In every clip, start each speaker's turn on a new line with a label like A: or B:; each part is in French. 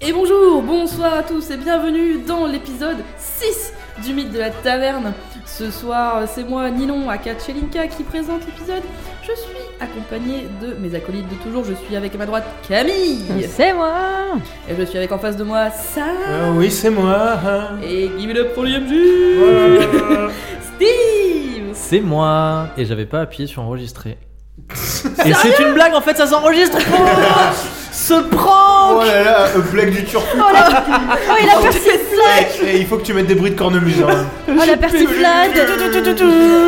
A: Et bonjour, bonsoir à tous et bienvenue dans l'épisode 6 du mythe de la taverne. Ce soir, c'est moi, Nilon, aka Chelinka, qui présente l'épisode. Je suis accompagnée de mes acolytes de toujours. Je suis avec à ma droite Camille.
B: C'est moi
A: Et je suis avec en face de moi Sam.
C: Ah oui, c'est moi. hein.
A: Et give it up pour l'IMG
C: Voilà.
A: Steve
D: C'est moi Et j'avais pas appuyé sur enregistrer. Et c'est une blague en fait, ça s'enregistre pas Ce prank
C: oh là là, euh, blague du turfu.
B: Oh, il a persiflé
C: Et, il faut que tu mettes des bruits de cornemuse. hein.
B: Oh, la persiflade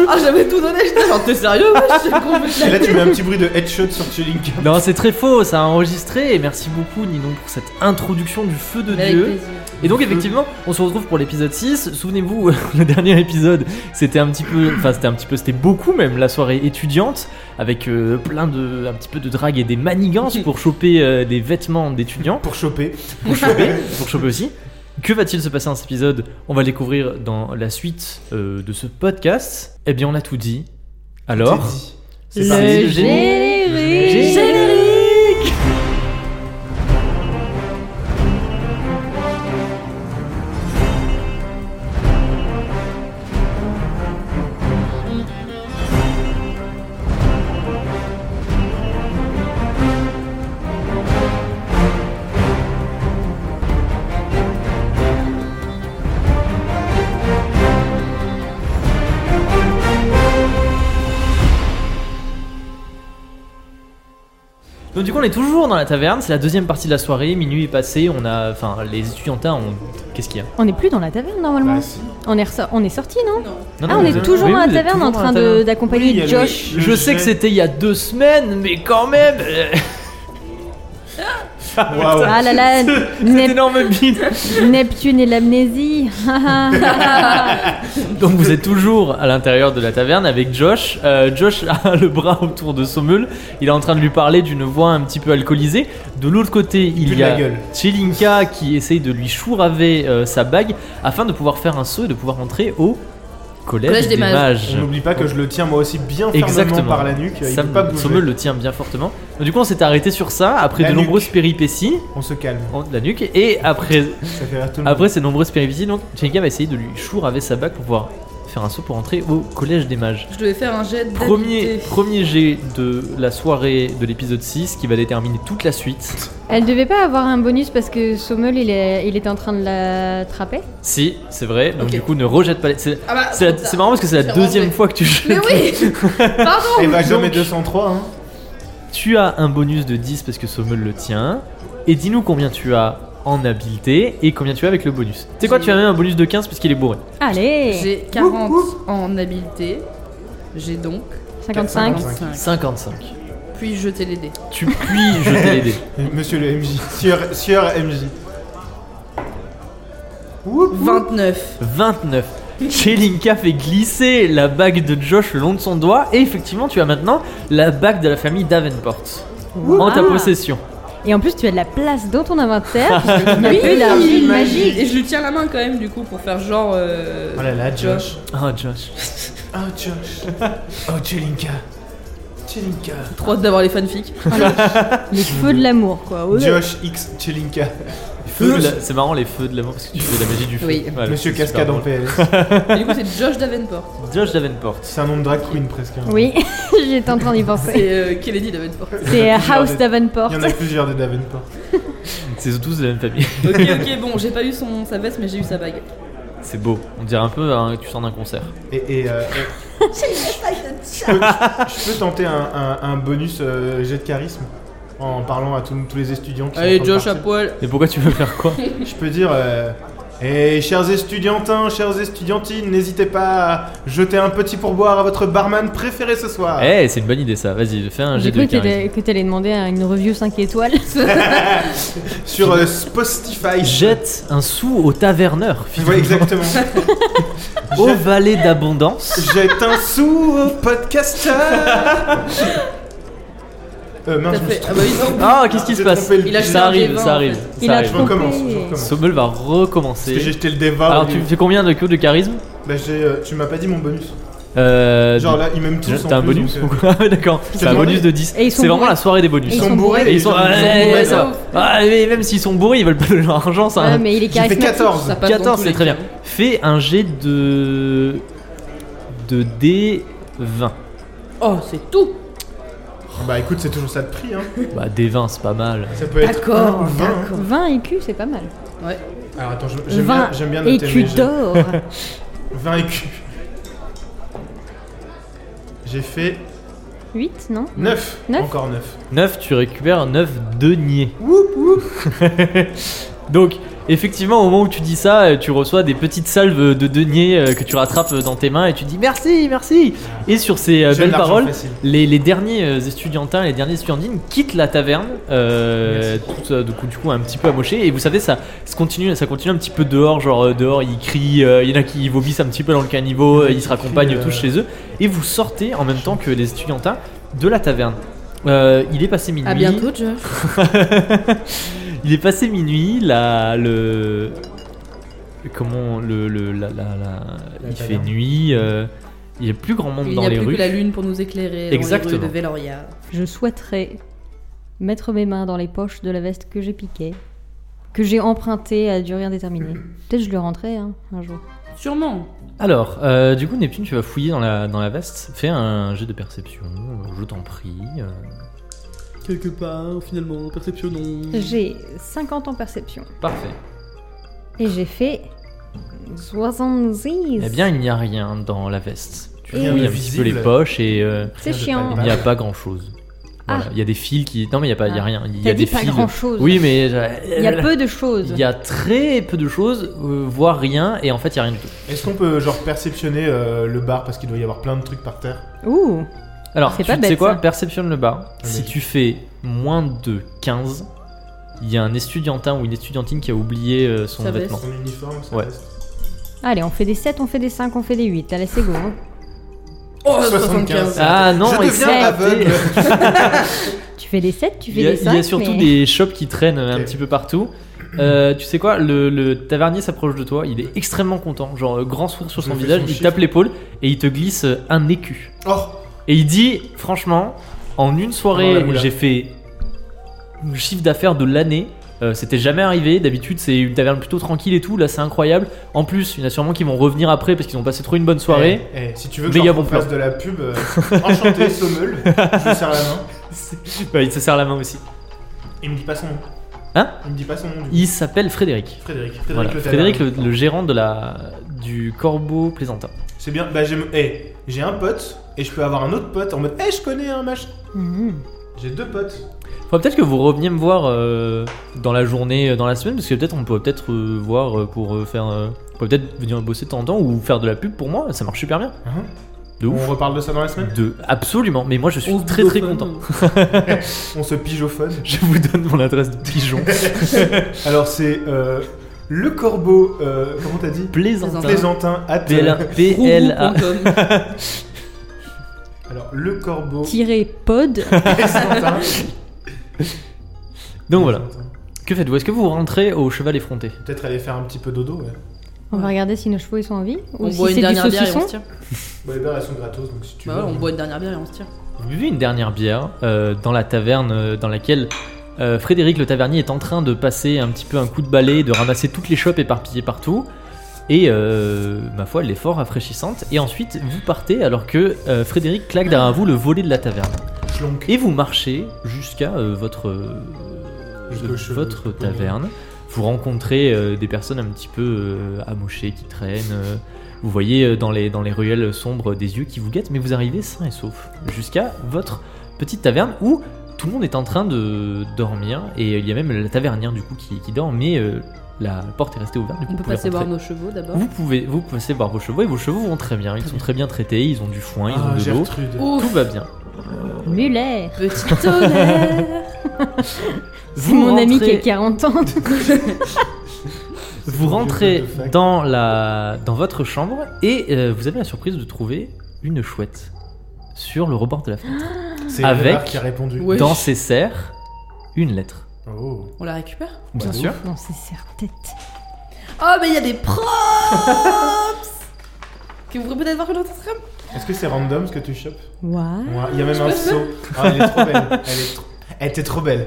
A: Ah, j'avais tout donné, j'étais genre, t'es sérieux wesh C'est con, mais
C: Et là, tu mets un petit bruit de headshot sur Chelinka.
D: Non, c'est très faux, ça a enregistré. Et merci beaucoup, Ninon, pour cette introduction du feu de
A: Mais avec
D: Dieu.
A: plaisir.
D: Et donc, effectivement, on se retrouve pour l'épisode 6. Souvenez-vous, le dernier épisode, c'était un petit peu. Enfin, c'était un petit peu. C'était beaucoup même la soirée étudiante. Avec euh, plein de. Un petit peu de drague et des manigances pour choper euh, des vêtements d'étudiants.
C: Pour choper.
D: pour choper, pour choper aussi. Que va-t-il se passer dans cet épisode On va le découvrir dans la suite euh, de ce podcast. Eh bien, on a tout dit. Alors, c'est
B: Le
D: parti.
B: générique
D: Donc du coup, on est toujours dans la taverne. C'est la deuxième partie de la soirée. Minuit est passé. On a, enfin, les étudiantins ont. Qu'est-ce qu'il y a
B: On n'est plus dans la taverne normalement.
C: Bah, si.
B: on, est ressor- on est sorti non,
D: Non,
B: Ah,
D: non,
B: on
D: vous
B: est
D: êtes-
B: toujours
D: oui,
B: dans la
D: vous êtes
B: taverne en
D: toujours dans
B: train
D: la
B: de-
D: taverne.
B: d'accompagner
C: Oui, il y a le-
B: Josh.
C: le
D: Je sais que
C: jet.
D: c'était il y a deux semaines, mais quand même. euh,
C: Waouh.
B: Ah là là,
D: Cette
B: Nep-
D: énorme bide.
B: Neptune et l'amnésie.
D: Donc vous êtes toujours à l'intérieur de la taverne avec Josh. Euh, Josh a le bras autour de Sommel. Il est en train de lui parler d'une voix un petit peu alcoolisée. De l'autre côté,
C: Plus
D: il
C: de
D: y
C: la
D: a
C: gueule.
D: Chelinka qui essaye de lui chouraver euh, sa bague afin de pouvoir faire un saut et de pouvoir entrer au collège,
A: Collège des
D: des, mages.
C: On n'oublie pas que je le tiens moi aussi bien
D: Exactement.
C: fermement par la nuque. Il
D: Sam-
C: peut pas bouger.
D: Sommel le tient bien fortement. Donc, du coup, on s'est arrêté sur ça après
C: La
D: de
C: nuque.
D: nombreuses péripéties.
C: On se calme.
D: en- La nuque. Et après,
C: Ça fait rire tout le monde.
D: après ces nombreuses péripéties, donc Chelinka va essayer de lui chouraver sa bague pour pouvoir faire un saut pour entrer au collège des mages.
A: Je devais faire un jet de.
D: Premier, premier jet de la soirée de l'épisode 6 qui va déterminer toute la suite.
B: Elle devait pas avoir un bonus parce que Sommel il, est- il était en train de l'attraper.
D: Si, c'est vrai, donc
A: Ok.
D: du coup ne rejette pas les. C'est
A: Ah bah,
D: c'est la- c'est marrant parce que c'est
A: J'ai
D: la deuxième
A: rentré.
D: fois que tu jettes.
A: Mais oui Pardon
C: Et bah, je
D: Donc-
C: mets 203. Hein.
D: Tu as un bonus de 10 parce que Sommel le tient. Et dis-nous combien tu as en habileté et combien tu as avec le bonus. Tu sais quoi,
A: J'ai-
D: tu as même un bonus de 15 parce qu'il est bourré.
B: Allez
A: J'ai 40 en habileté. J'ai donc
B: 55.
D: 55.
A: 55. Puis jeter les dés.
D: Tu puis jeter les dés.
C: Monsieur le MJ. Sieur, sieur MJ. Oup, oup.
A: 29.
D: 29. Chelinka fait glisser la bague de Josh le long de son doigt et effectivement tu as maintenant la bague de la famille Davenport en ta
B: Wow.
D: possession.
B: Et en plus tu as de la place dans ton inventaire. Il n'y a
A: Oui,
B: plus d'argile magique.
A: Et je lui tiens la main quand même du coup pour faire genre. euh,
C: Oh là là, Josh.
D: Ah Josh.
C: Oh, Josh. Oh, Chelinka. Chelinka.
A: Trop hâte d'avoir les fanfics.
B: Les feux de l'amour quoi. Ouais.
C: Josh X Chelinka.
D: Feux de la- C'est marrant les feux de l'amour parce que tu fais de la magie du feu.
A: Oui.
D: Voilà,
C: Monsieur
D: c'est super
C: Cascade en
D: drôle.
C: PLS.
A: Et du coup, c'est Josh Davenport.
D: Josh Davenport.
C: C'est un nom de drag queen presque. hein.
B: Oui, j'étais en train d'y penser.
A: C'est euh, Kennedy Davenport.
B: C'est euh, House
C: Regardez.
B: Davenport.
C: Il y en a plusieurs de Davenport.
D: C'est tous de la même famille.
A: Ok, ok, bon, j'ai pas eu son, sa veste, mais j'ai eu sa bague.
D: C'est beau. On dirait un peu hein, que tu sors d'un concert.
C: Et, et, euh, et- je, peux, je peux tenter un, un- un bonus euh, jet de charisme en parlant à tous- tous les étudiants. Qui sont
A: Allez,
C: en train de
A: Josh à
C: partir.
A: poil.
D: Et pourquoi tu veux faire quoi
C: Je peux dire. euh, Eh, chers étudiantins, chères étudiantines, n'hésitez pas à jeter un petit pourboire à votre barman préféré ce soir.
D: Eh, c'est une bonne idée ça. Vas-y, fais un jet
B: J'ai
D: de
B: cru que
D: charisme.
B: t'allais- que t'allais demander à une review 5 étoiles.
C: Sur euh, Spotify.
D: Jette un sou au taverneur.
C: Ouais, exactement.
D: Au
C: Jette-
D: valet d'abondance.
C: Jette un sou au podcasteur. euh, mince,
A: T'as
C: je me suis
A: fait. Ah bah oui, non.
D: Ah, qu'est-ce qui se
C: J'ai
D: passe
C: trompé le-
A: Il a jeté un
D: Ça arrive,
A: G20,
D: ça
A: en
D: arrive.
A: fait.
B: Il
D: ça
B: a
D: arrive.
C: Je recommence,
B: trompé.
C: je recommence.
D: Sommel va
C: Parce que j'ai
D: recommencer.
C: jeté le débat.
D: Alors tu me fais combien de queues de charisme
C: bah, j'ai, euh, tu m'as pas dit mon bonus.
D: Euh,
C: Genre là, ils m'aiment tous. en
D: T'as un
C: plus,
D: bonus
C: donc, euh,
D: ou quoi Ah, D'accord, c'est un
C: demandé.
D: bonus de 10.
B: Et ils sont
D: C'est vraiment
B: bourrés.
D: la soirée des bonus.
B: Et
C: Ils
B: ils
C: sont
B: sont
C: bourrés.
D: Et ils sont-
C: les gens,
D: ouais,
C: ils sont
D: ouais,
C: bourrés,
D: ça va. Ah, mais même s'ils sont bourrés, ils veulent pas de leur argent, ça.
B: Ouais, mais il est
C: J'ai fait
B: charismatique.
C: 14.
A: Ça passe dans
D: 14,
A: tous
D: c'est
A: les
D: très bien.
A: cas.
D: Fais un jet de. de D20.
A: Oh, c'est tout
C: Bah écoute, c'est toujours ça de prix. Hein.
D: Bah, D20, c'est pas mal.
C: Ça peut être
A: D'accord,
C: un ou 20. hein.
B: 20 écus, c'est pas mal.
A: Ouais.
C: Alors attends, je- j'aime bien,
B: 20
C: j'aime bien noter mes
B: écus
C: jeux.
B: d'or.
C: 20 écus. J'ai fait
B: 8, non
C: 9.
B: Neuf
C: Encore 9.
D: 9, tu récupères 9 deniers. Donc, effectivement, au moment où tu dis ça, euh, tu reçois des petites salves de deniers euh, que tu rattrapes euh, dans tes mains et tu dis merci, merci. Et sur ces euh,
C: J'aime
D: belles
C: l'argent
D: paroles,
C: facile.
D: les, les derniers euh, estudiantins, les derniers estudiantines quittent la taverne, euh, tout ça, du coup, du coup, un petit peu amoché. Et vous savez, ça, ça continue, ça continue un petit peu dehors, genre euh, dehors, ils crient, euh, il y en a qui vomissent un petit peu dans le caniveau, euh, ils se raccompagnent
C: crient, euh,
D: tous chez eux. Et vous sortez en même temps que les estudiantins de la taverne. Euh, il est passé minuit.
A: À bientôt, Josh.
D: Il est passé minuit, la, le. Comment. Le, le, la, la- la-
C: La
D: il
C: taverne.
D: fait nuit, euh, il y a plus grand monde
A: Il n'y
D: dans
A: a
D: les
A: plus
D: rues.
A: que la lune pour nous éclairer dans
D: Exactement.
A: les rues de Veloria.
B: Je souhaiterais mettre mes mains dans les poches de la veste que j'ai piquée, que j'ai empruntée à durée indéterminée. Peut-être je le rentrerai hein, un jour.
A: Sûrement.
D: Alors, euh, du coup, Neptune, tu vas fouiller dans la, dans la veste. Fais un jet de perception, je t'en prie. euh.
A: Quelque part, finalement, perceptionnons.
B: J'ai 50 en perception
D: parfait.
B: et j'ai fait 76.
D: Eh bien, il n'y a rien dans la veste. Tu
B: Et
D: fouilles
B: oui.
D: un petit peu les
C: Visible. bah.
D: poches et euh,
B: C'est
C: Rien de
B: chiant.
D: il n'y a pas grand chose.
B: Ah.
D: Voilà, il y a des fils qui. Non, mais il n'y a, pas- il y a
B: Ah.
D: rien. Il y
B: T'as
D: a
B: dit
D: des
B: pas
D: fils.
B: grand-chose.
D: Oui, mais. euh,
B: Il y a peu de choses.
D: Il y a très peu de choses, euh, voire rien, et en fait, il n'y a rien du tout.
C: Est-ce qu'on peut genre perceptionner euh, le bar parce qu'il doit y avoir plein de trucs par terre
B: Ouh,
D: Alors,
B: C'est
D: tu
B: pas
D: tu
B: bête,
D: sais quoi
B: ça.
D: Perceptionne le bar.
C: mais
D: si
C: je-
D: tu fais moins de 15, il y a un étudiantin ou une étudiantine qui a oublié euh, son
A: Sa veste.
D: vêtement.
C: Son uniforme, ça
D: Ouais.
C: reste.
B: allez, on fait des 7, on fait des 5, on fait des 8. Allez, c'est go. hein.
A: Oh,
C: 75.
A: 75.
D: Ah non,
C: je
D: il s'est
C: deviens
D: raté.
C: aveugle.
B: Tu fais des 7, tu
D: Il
B: fais
D: y a,
B: des
D: il y a
B: 5.
D: surtout
B: mais-
D: des shops qui traînent un
C: Ok.
D: petit peu partout. Euh, tu sais quoi, le, le tavernier s'approche de toi, il est extrêmement content, genre euh, grand sourire sur
C: Je
D: son
C: fais
D: visage,
C: son
D: il
C: chiffre.
D: tape l'épaule et il te glisse euh, un écu.
C: Oh,
D: Et il dit, franchement, en une
C: Avant
D: soirée,
C: la moula.
D: j'ai fait le chiffre d'affaires de l'année. Euh, C'était jamais arrivé. D'habitude, c'est une taverne plutôt tranquille et tout. Là, c'est incroyable. En plus, il y en a sûrement qui vont revenir après parce qu'ils ont passé trop une bonne soirée.
C: Eh, eh, si tu veux que je
D: Méga bon
C: fasse de la pub, euh, enchanté, Sommel, je lui serre la main.
D: Bah, il se serre la main aussi.
C: Il me dit pas son nom.
D: Hein
C: Il me dit pas son nom. Du coup.
D: Il s'appelle Frédéric.
C: Frédéric. Frédéric,
D: Voilà,
C: le
D: Frédéric,
C: Talard.
D: le, le gérant de la du Corbeau Plaisantin.
C: C'est bien. Bah j'aime. Eh, j'ai un pote et je peux avoir un autre pote en mode. Eh, je connais un machin.
B: Mhm.
C: J'ai deux potes.
D: Faudrait peut-être que vous reveniez me voir euh, dans la journée, euh, dans la semaine, parce que peut-être on peut peut-être euh, voir euh, pour euh, faire. euh, on peut peut-être venir bosser de temps en temps ou faire de la pub pour moi. Ça marche super bien.
C: Mhm.
D: De Hein? ouf. Mmh.
C: On reparle de ça dans la semaine.
D: De absolument, mais moi je suis très très content.
C: On se pigeophone.
D: Je vous donne mon adresse de pigeon.
C: Alors c'est euh, le corbeau. euh, comment t'as dit
D: Plaisantin.
C: Plaisantin at.
D: PLA.
C: Alors le corbeau.
B: Tirer pod.
C: Plaisantin.
D: Donc voilà. Que faites-vous Est-ce que vous rentrez au cheval effronté
C: Peut-être aller faire un petit peu dodo. Ouais.
B: On va regarder si nos chevaux ils sont en vie. Ou
A: On
B: si
A: boit une
B: c'est du
A: dernière bière et
B: saucisson.
A: on se tire.
C: Bon, les bars elles sont gratos donc si tu
A: Bah
C: veux.
A: ouais, on boit une dernière bière et on se tire.
D: Vous buvez une dernière bière euh, dans la taverne euh, dans laquelle euh, Frédéric le tavernier est en train de passer un petit peu un coup de balai, de ramasser toutes les chopes éparpillées partout. Et euh, ma foi, elle est fort rafraîchissante. Et ensuite, vous partez alors que euh, Frédéric claque derrière vous le volet de la taverne.
C: Schlonk.
D: Et vous marchez jusqu'à euh, votre, euh,
C: Jusqu'au cheveu,
D: votre
C: jusqu'au poignet.
D: taverne. Vous rencontrez euh, des personnes un petit peu euh, amochées qui traînent. euh, vous voyez euh, dans les, dans les ruelles sombres des yeux qui vous guettent, mais vous arrivez sain et sauf jusqu'à votre petite taverne où tout le monde est en train de dormir. Et il y a même la tavernière du coup qui, qui dort, mais euh, la porte est restée ouverte. Du coup,
A: On peut
D: vous pouvez
A: passer voir
D: rentrer.
A: nos chevaux d'abord.
D: Vous pouvez, vous pouvez voir vos chevaux et vos chevaux vont très bien. Ils sont très bien traités, ils ont du foin, ils
C: Ah,
D: ont de l'eau.
C: Gertrude.
D: Tout
A: Ouf,
D: va bien.
B: Muller.
A: petit tonnerre
B: C'est mon ami qui
D: rentrez-
B: a 40 ans.
D: Vous
C: Mon
D: rentrez
C: Dieu, de fac.
D: dans, la, dans votre chambre et euh, vous avez la surprise de trouver une chouette sur le rebord de la fenêtre.
C: C'est
D: Avec-
C: Gérard qui a répondu.
A: Ouais.
D: Dans ses serres, une lettre.
C: Oh.
A: On la récupère
B: Bah,
D: Bien
C: Ouais,
D: sûr.
B: Non, c'est serre-tête.
A: Oh, mais il y a des props Que vous pourrez peut-être voir que notre Instagram
C: Est-ce que c'est random ce que tu chopes
B: What
C: Ouais, Il y a même
A: Mmh, Je
C: un
A: peux-
C: saut. Ah, elle est trop belle. Elle, est trop- elle était trop belle.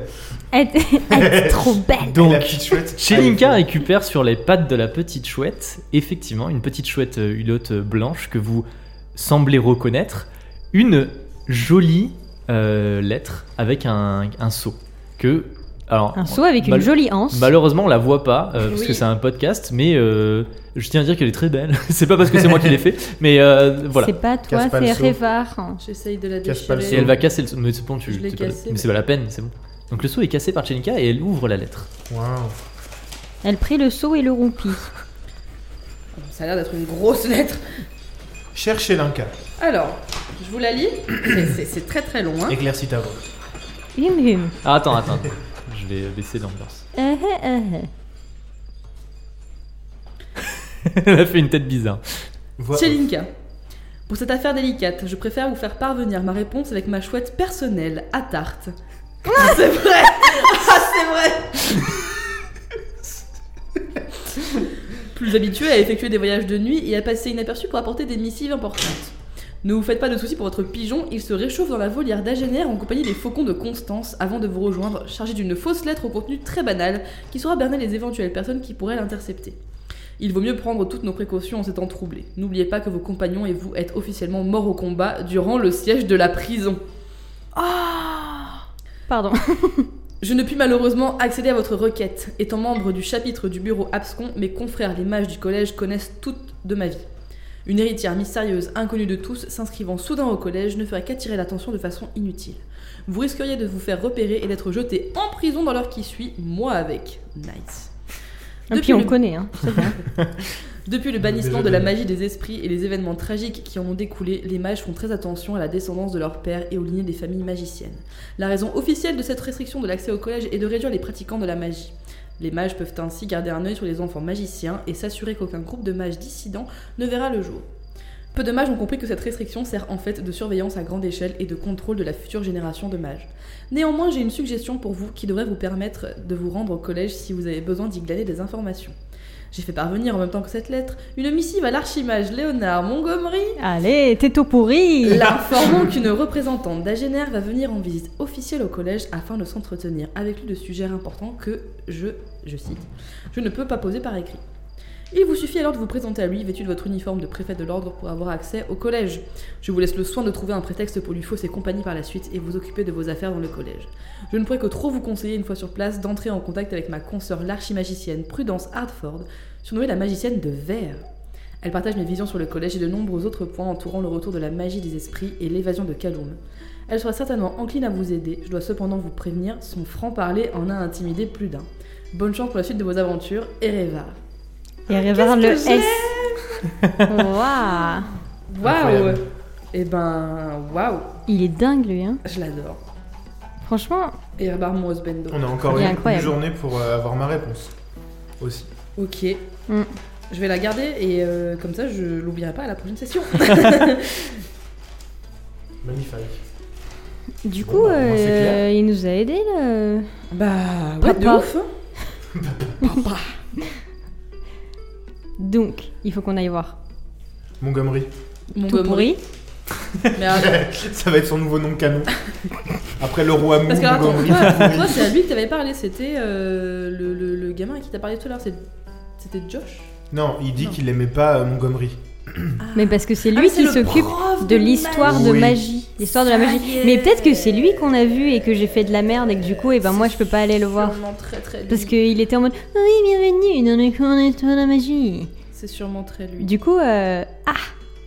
B: Elle était elle était trop belle
C: Donc,
D: Donc,
C: la petite chouette.
D: Chelinka
C: elle est-
D: récupère sur les pattes de la petite chouette, effectivement, une petite chouette euh, hulotte blanche que vous semblez reconnaître, une jolie euh, lettre avec un, un seau. Que, alors,
B: Un saut avec une
D: mal-
B: jolie anse.
D: Malheureusement, on la voit pas euh, parce
A: Oui.
D: que c'est un podcast, mais euh, je tiens à dire qu'elle est très belle. c'est pas parce que c'est moi qui l'ai fait, mais euh, voilà.
B: C'est pas toi,
C: Casse pas le
B: c'est
C: seau.
B: Révar.
A: J'essaye de la
C: Casse pas le
D: Et
A: déchirer.
D: elle va casser le. Mais c'est bon, tu.
A: Je l'ai
D: t'es pas-
A: cassé,
D: mais c'est pas la peine, c'est bon. Donc le seau est cassé par Chelinka et elle ouvre la lettre.
C: Waouh.
B: Elle prit le seau et le rompit.
A: Ça a l'air d'être une grosse lettre.
C: Cher Chelinka,
A: Alors, je vous la lis. C'est- c'est- C'est très très long. hein.
C: éclaircis ta voix.
B: Hum hum.
D: Ah, attends, attends. je vais baisser l'ambiance.
B: Eh, eh, eh, eh.
D: elle a fait une tête bizarre.
C: Voix-
A: Tchelinka. Pour cette affaire délicate, je préfère vous faire parvenir ma réponse avec ma chouette personnelle, à tarte. Ah, c'est vrai Ah, c'est vrai Plus habitué à effectuer des voyages de nuit et à passer inaperçu pour apporter des missives importantes. Ne vous faites pas de soucis pour votre pigeon, il se réchauffe dans la volière d'Agener en compagnie des faucons de Constance avant de vous rejoindre, chargé d'une fausse lettre au contenu très banal qui saura berner les éventuelles personnes qui pourraient l'intercepter. Il vaut mieux prendre toutes nos précautions en ces temps troublés. N'oubliez pas que vos compagnons et vous êtes officiellement morts au combat durant le siège de la prison.
B: Pardon.
A: Je ne puis malheureusement accéder à votre requête. Étant membre du chapitre du bureau abscon, mes confrères les mages du collège connaissent toutes de ma vie. Une héritière mystérieuse, inconnue de tous, s'inscrivant soudain au collège, ne ferait qu'attirer l'attention de façon inutile. Vous risqueriez de vous faire repérer et d'être jeté en prison dans l'heure qui suit, moi avec. Nice.
B: Et
A: Depuis
B: puis on
A: le-
B: connaît, hein. c'est bien.
A: Depuis le bannissement de
C: Déjà
A: la
C: donné.
A: magie des esprits et les événements tragiques qui en ont découlé, les mages font très attention à la descendance de leur père et aux lignées des familles magiciennes. La raison officielle de cette restriction de l'accès au collège est de réduire les pratiquants de la magie. Les mages peuvent ainsi garder un œil sur les enfants magiciens et s'assurer qu'aucun groupe de mages dissidents ne verra le jour. Peu de mages ont compris que cette restriction sert en fait de surveillance à grande échelle et de contrôle de la future génération de mages. Néanmoins, j'ai une suggestion pour vous qui devrait vous permettre de vous rendre au collège si vous avez besoin d'y glaner des informations. J'ai fait parvenir en même temps que cette lettre une missive à l'archimage Léonard Montgomery
B: Allez, t'es tout pourri
A: l'informant qu'une représentante d'Agener va venir en visite officielle au collège afin de s'entretenir avec lui de sujets importants que je, je cite, je ne peux pas poser par écrit. Il vous suffit alors de vous présenter à lui vêtu de votre uniforme de préfet de l'ordre pour avoir accès au collège. Je vous laisse le soin de trouver un prétexte pour lui fausser compagnie par la suite et vous occuper de vos affaires dans le collège. Je ne pourrais que trop vous conseiller une fois sur place d'entrer en contact avec ma consoeur l'archimagicienne Prudence Hartford, surnommée la magicienne de verre. Elle partage mes visions sur le collège et de nombreux autres points entourant le retour de la magie des esprits et l'évasion de Kaloum. Elle sera certainement encline à vous aider, je dois cependant vous prévenir, son franc-parler en a intimidé plus d'un. Bonne chance pour la suite de vos aventures, Erevar.
B: Et Révar le
A: Qu'est-ce que
B: S. Waouh
A: Waouh
C: Incroyable.
A: Eh ben, waouh
B: Il est dingue lui, hein.
A: Je l'adore.
B: Franchement,
A: Erevar Moosbendo.
C: On a encore
B: Il est
C: une, une
B: incroyable.
C: journée pour euh, avoir ma réponse. Aussi.
A: Ok.
B: Mm.
A: Je vais la garder et euh, comme ça je l'oublierai pas à la prochaine session.
C: Magnifique.
B: du
C: Bon,
B: coup,
C: bah, au moins, c'est
B: euh,
C: clair.
B: il nous a aidés là.
A: bah, ouais, de
B: Papa.
A: ouf hein.
B: Donc, il faut qu'on aille voir.
C: Montgomery.
B: Tout
A: Montgomery.
B: pourri.
A: Mais attends,
C: Ça va être son nouveau nom canon. Après le roi Mou,
A: Parce que alors, attends,
C: Montgomery.
A: toi, toi, c'est à lui que t'avais parlé, c'était euh, le, le- le gamin à qui t'as parlé tout à l'heure, c'est- c'était Josh
C: Non, il dit
A: Non.
C: qu'il aimait pas euh, Montgomery.
B: Mais parce que c'est
A: Ah,
B: lui
A: mais c'est
B: qui
A: le
B: s'occupe
A: prof
B: de l'histoire de
C: Oui.
B: magie. L'histoire de la
A: Ça y
B: magie.
A: est.
B: Mais peut-être que c'est lui qu'on a vu et que j'ai fait de la merde et que du coup, eh ben moi, je peux pas aller le voir.
A: Sûrement très très lui.
B: Parce qu'il était en mode Oui, bienvenue dans le cours d'histoire de la magie.
A: C'est sûrement très lui.
B: Du coup, euh, ah,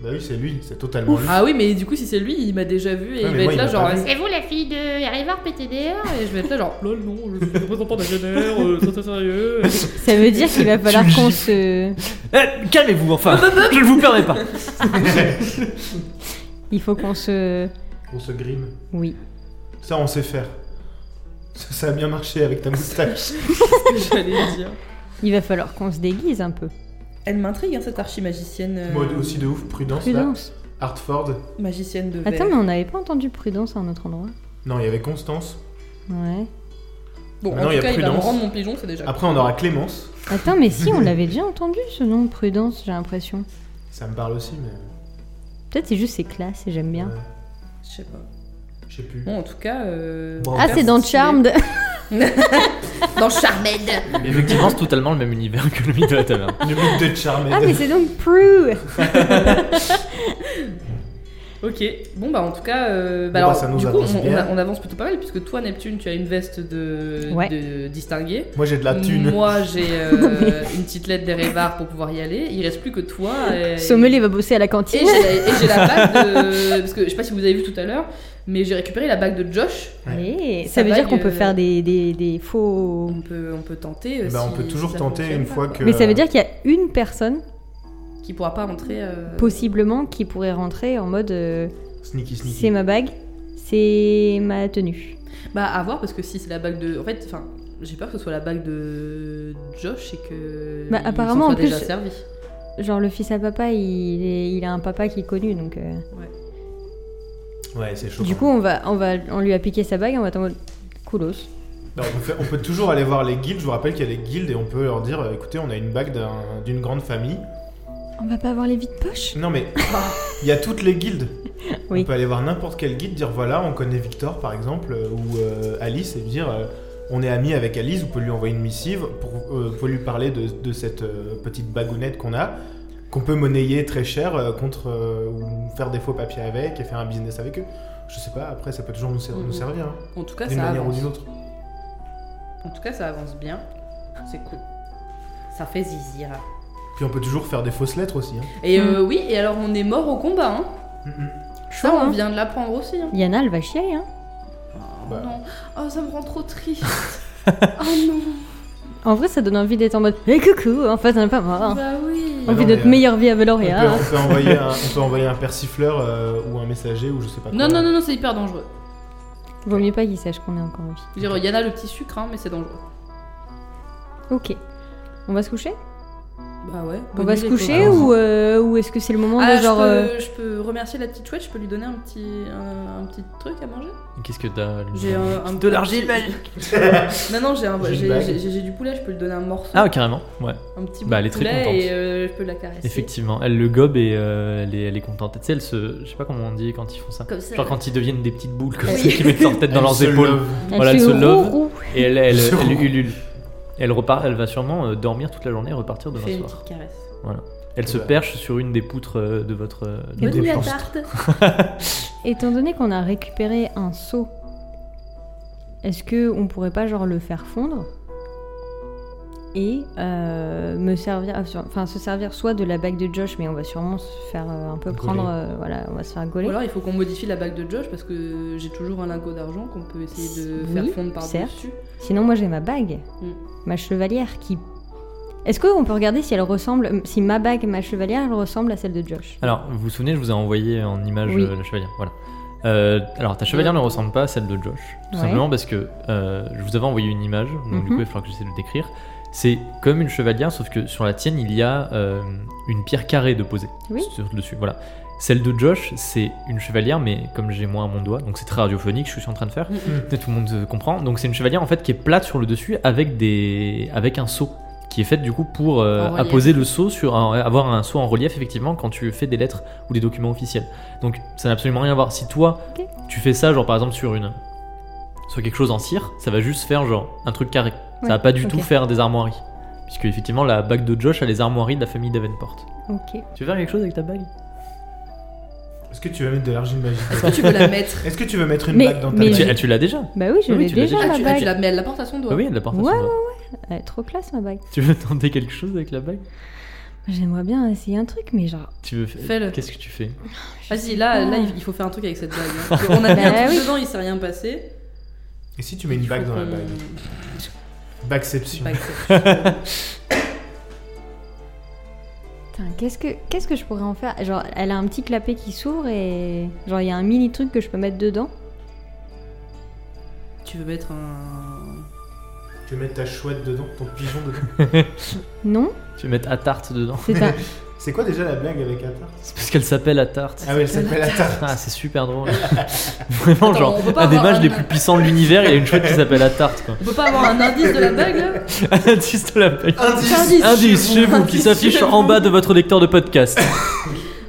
C: Bah oui, c'est lui, c'est totalement lui.
A: Ah oui, mais du coup, si c'est lui, il m'a déjà vu et
C: Ouais,
A: il va
C: mais moi,
A: être
C: il
A: là,
C: m'a
A: genre.
C: pas vu.
E: C'est vous la fille de Harivard PTDR
A: Ah, Et je vais être là, genre, lol, non, je suis représentant d'un génère, euh, c'est très sérieux.
B: ça veut dire qu'il va falloir
D: Tu le
B: qu'on
D: gifles.
B: se.
D: Eh, Calmez-vous, enfin, je ne vous permets pas.
B: Il faut qu'on se.
C: On se grime.
B: Oui.
C: Ça, on sait faire. Ça, ça a bien marché avec ta moustache.
A: J'allais dire.
B: Il va falloir qu'on se déguise un peu.
A: Elle m'intrigue, hein, cette archimagicienne. euh,
C: Moi aussi de ouf, prudence, là.
B: Prudence.
C: Hartford.
A: Magicienne de verre.
B: Attends, mais on n'avait pas entendu prudence à un autre endroit.
C: Non, il y avait Constance.
B: Ouais.
A: Bon,
C: Maintenant,
A: en
C: il y
A: tout
C: a
A: cas, il va me
C: Prudence. Ah.
A: rendre mon pigeon, c'est déjà.
C: Après, on aura Clémence.
B: Attends, mais si, on l'avait déjà entendu ce nom, prudence, j'ai l'impression.
C: Ça me parle aussi, mais.
B: Peut-être c'est juste c'est classe et j'aime bien.
C: Ouais,
A: Je sais pas.
C: Je sais plus.
A: Bon, en tout cas. euh,
C: Bon.
B: Ah,
A: hyper
B: c'est dans
A: stylé.
B: Charmed
A: Dans Charmed
D: Effectivement, c'est totalement le même univers que le mythe de la taverne.
C: Le mythe de Charmed.
B: Ah, mais c'est donc Prue
A: Ok, bon bah en tout cas, euh, bah
C: Bon,
A: alors,
C: bah, ça nous
A: du coup,
C: avance
A: on, on
C: bien.
A: a- on avance plutôt pas mal puisque toi Neptune, tu as une veste de,
B: Ouais.
A: de distinguée.
C: Moi j'ai de la thune.
A: Moi j'ai euh,
B: Non, mais-
A: une petite lettre des Révards pour pouvoir y aller. Il reste plus que toi. Et...
B: Sommelier va bosser à la
A: Et
B: cantine.
A: j'ai la, et j'ai la bague de. Parce que je sais pas si vous avez vu tout à l'heure, mais j'ai récupéré la bague de Josh.
B: Eh,
A: Ça
B: ça veut
A: va,
B: dire qu'on
A: que-
B: peut faire des, des, des faux.
A: On peut, on peut tenter. euh,
C: Eh ben, on
A: si-
C: peut toujours
A: si ça
C: tenter
A: fonctionne
C: une
A: pas,
C: fois
A: quoi.
C: que.
B: Mais ça veut dire qu'il y a une personne,
A: Qui pourra pas rentrer. euh,
B: possiblement, qui pourrait rentrer en mode euh,
C: Sneaky, sneaky.
B: c'est ma bague, c'est ma tenue.
A: Bah à voir parce que si c'est la bague de. En fait, enfin, j'ai peur que ce soit la bague de Josh et que.
B: Bah,
A: il s'en
B: apparemment,
A: soit
B: en plus-
A: déjà servi.
B: Genre, le fils à papa, il, est- il a un papa qui est connu, donc. euh,
C: Ouais, c'est chaud.
B: Du coup, on, va, on, va, on lui a piqué sa bague, on va être en mode. Coolos.
C: Non, on, peut faire- on peut toujours aller voir les guildes. Je vous rappelle qu'il y a les guildes et on peut leur dire euh, écoutez, on a une bague d'un- d'une grande famille.
B: On va pas avoir les vides poches
C: Non, mais il y a toutes les guildes.
B: Oui.
C: On peut aller voir n'importe quel guide, dire voilà, on connaît Victor par exemple, euh, ou euh, Alice, et dire euh, on est amis avec Alice, vous pouvez lui envoyer une missive, pour, euh, vous pouvez lui parler de, de cette euh, petite bagounette qu'on a, qu'on peut monnayer très cher euh, contre. euh, ou faire des faux papiers avec et faire un business avec eux. Je sais pas, après ça peut toujours nous, ser-
A: Mhm.
C: nous servir, hein,
A: En tout cas,
C: d'une
A: ça
C: manière
A: avance.
C: ou d'une autre.
A: En tout cas, ça avance bien. C'est cool. Ça fait zizir.
C: Puis on peut toujours faire des fausses lettres aussi. hein.
A: Et
B: Mm.
A: euh, oui, et alors on est mort au combat. Hein.
C: Mhm.
A: Ça,
B: Chaud,
A: on
B: hein.
A: vient de l'apprendre aussi. Hein.
B: Yana, elle va chier, hein.
A: Oh
C: Bah.
A: non. Oh, ça me rend trop triste. oh non.
B: En vrai, ça donne envie d'être en mode. Eh coucou, en fait, on n'est pas mort.
A: Bah oui.
C: Oh.
B: Envie
C: non,
B: de notre
C: mais, euh,
B: meilleure vie à
C: On, peut,
B: Veloria.
C: on peut envoyer un, on peut envoyer un persifleur euh, ou un messager ou je sais pas quoi.
A: Non, non, non, non, c'est hyper dangereux.
C: hein.
B: Vaut mieux pas qu'ils sachent qu'on est encore en vie.
A: Je veux dire, il y en a le petit sucre, hein, mais c'est dangereux.
B: Ok. On va se coucher
A: Bah ouais.
B: On va se coucher
C: copains.
B: ou, euh, ou est-ce que c'est le moment
D: Bah,
A: Ah,
B: de genre.
A: je,
B: euh,
A: peux, je peux remercier la petite chouette, je peux lui donner un petit, un, un petit truc à manger
D: Qu'est-ce que t'as lui
A: J'ai un, un
D: De l'argile,
A: Non, non, j'ai un-
C: J'ai une
A: j'ai-
C: bague.
A: j'ai- j'ai du poulet, je peux lui donner un morceau.
D: Ah, carrément, ouais.
A: Un petit bout
D: Bah, elle
A: de
D: est très
A: poulet
D: contente.
A: et euh, je peux la caresser.
D: Effectivement, elle le gobe et euh, elle, est, elle est contente. Tu sais, elle se. Je sais pas comment on dit quand ils font ça.
A: Comme ça.
D: Genre quand ils deviennent des petites boules comme
A: Oui.
D: ça qui mettent leur tête dans
C: Elle
D: leurs
C: se
D: épaules.
C: love.
B: elle
D: voilà,
B: fait
D: elle se love.
B: roux, roux.
D: Et elle, elle,
C: Se
D: elle
C: rend.
D: ulule. Elle repart, elle va sûrement euh, dormir toute la journée et repartir
A: Fais
D: demain
A: une
D: soir.
A: petite caresse.
D: Elle se
C: Voilà.
D: perche sur une des poutres euh, de votre. euh, de
C: Bonne
D: votre
C: nuit à
D: chambre.
A: tarte.
B: Étant donné qu'on a récupéré un seau, est-ce que on pourrait pas genre le faire fondre et euh, me servir, enfin se servir soit de la bague de Josh, mais on va sûrement se faire euh, un peu
C: Gauler.
B: prendre, euh, voilà, on va se faire gauler.
A: Ou alors il faut qu'on modifie la bague de Josh parce que j'ai toujours un lingot d'argent qu'on peut essayer de
B: Oui,
A: faire fondre par dessus.
B: Sinon, moi j'ai ma bague,
A: Mm.
B: ma chevalière qui. Est-ce qu'on peut regarder si elle ressemble, euh, si ma bague, ma chevalière, elle ressemble à celle de Josh
D: Alors, vous vous souvenez, je vous ai envoyé en image
B: Oui.
D: euh, la chevalière. Voilà. Euh, alors, ta chevalière ne ressemble pas à celle de Josh. Tout
B: Ouais.
D: simplement parce que euh, je vous avais envoyé une image, donc du coup,
B: Mhm.
D: il va falloir que j'essaie de le décrire. C'est comme une chevalière, sauf que sur la tienne, il y a euh, une pierre carrée de posée
B: Oui.
D: sur le dessus. Voilà. Celle de Josh, c'est une chevalière, mais comme j'ai moins à mon doigt, donc c'est très radiophonique, je suis en train de faire.
A: Mhm.
D: Peut-être tout le monde euh, comprend. Donc c'est une chevalière en fait qui est plate sur le dessus avec des, avec un seau qui est faite du coup pour euh,
A: En relief.
D: apposer le seau sur un- avoir un seau en relief effectivement quand tu fais des lettres ou des documents officiels. Donc ça n'a absolument rien à voir. Si toi
B: Ok.
D: tu fais ça genre par exemple sur une sur quelque chose en cire, ça va juste faire genre un truc carré.
B: Ouais,
D: ça va pas du tout
B: ok.
D: faire des armoiries. Puisque effectivement la bague de Josh a les armoiries de la famille Davenport.
B: Ok.
D: Tu veux faire quelque chose avec ta bague
C: Est-ce que tu vas mettre de l'argile magique
A: Est-ce que tu veux la mettre
C: Est-ce que tu veux mettre une
B: Mais-
C: bague dans ta
B: mais
D: tu,
C: bague
D: ah, tu l'as déjà
B: Bah oui, je
D: Ah oui,
B: l'ai
D: tu l'as
B: déjà
D: déjà.
A: Ah,
B: ma
A: tu, ah,
B: bague.
A: tu la, mais elle la porte à son doigt.
D: Ah oui, elle la porte à son
B: Ouais,
D: doigt.
B: Elle est trop classe ma bague.
D: Tu veux tenter quelque chose avec la bague
B: J'aimerais bien essayer un truc, mais genre.
D: Tu veux
A: Fais-le.
D: Qu'est-ce que tu fais
A: Vas-y, là,
D: Ah.
A: là, il faut faire un truc avec cette bague. hein. Parce qu'on a mis
B: Bah
A: un truc
B: oui.
A: dedans, il s'est rien passé.
C: Et si tu mets une bague dans la bague Bagception.
A: bague.
B: Putain, qu'est-ce que qu'est-ce que je pourrais en faire Genre, elle a un petit clapet qui s'ouvre et genre il y a un mini truc que je peux mettre dedans.
A: Tu veux mettre un.
C: Tu veux mettre ta chouette dedans, ton pigeon dedans.
B: Non
D: Tu veux mettre Atarte dedans
B: C'est un.
C: C'est quoi déjà la blague avec la
A: Ah,
C: tarte
D: C'est parce qu'elle s'appelle Atarte.
C: Ah oui, elle s'appelle la tarte.
D: Ah, c'est super drôle. Vraiment,
A: Attends, on peut
D: genre,
A: pas
D: un des
A: avoir
D: mages
A: un-
D: les plus puissants de l'univers, il y a une chouette qui s'appelle Atarte, quoi.
A: On peut pas avoir un indice de la bague là
D: Un indice de la bague.
A: Indice.
D: Indice chez vous qui
A: Indice
D: s'affiche
A: chez
D: en
A: vous.
D: bas de votre lecteur de podcast.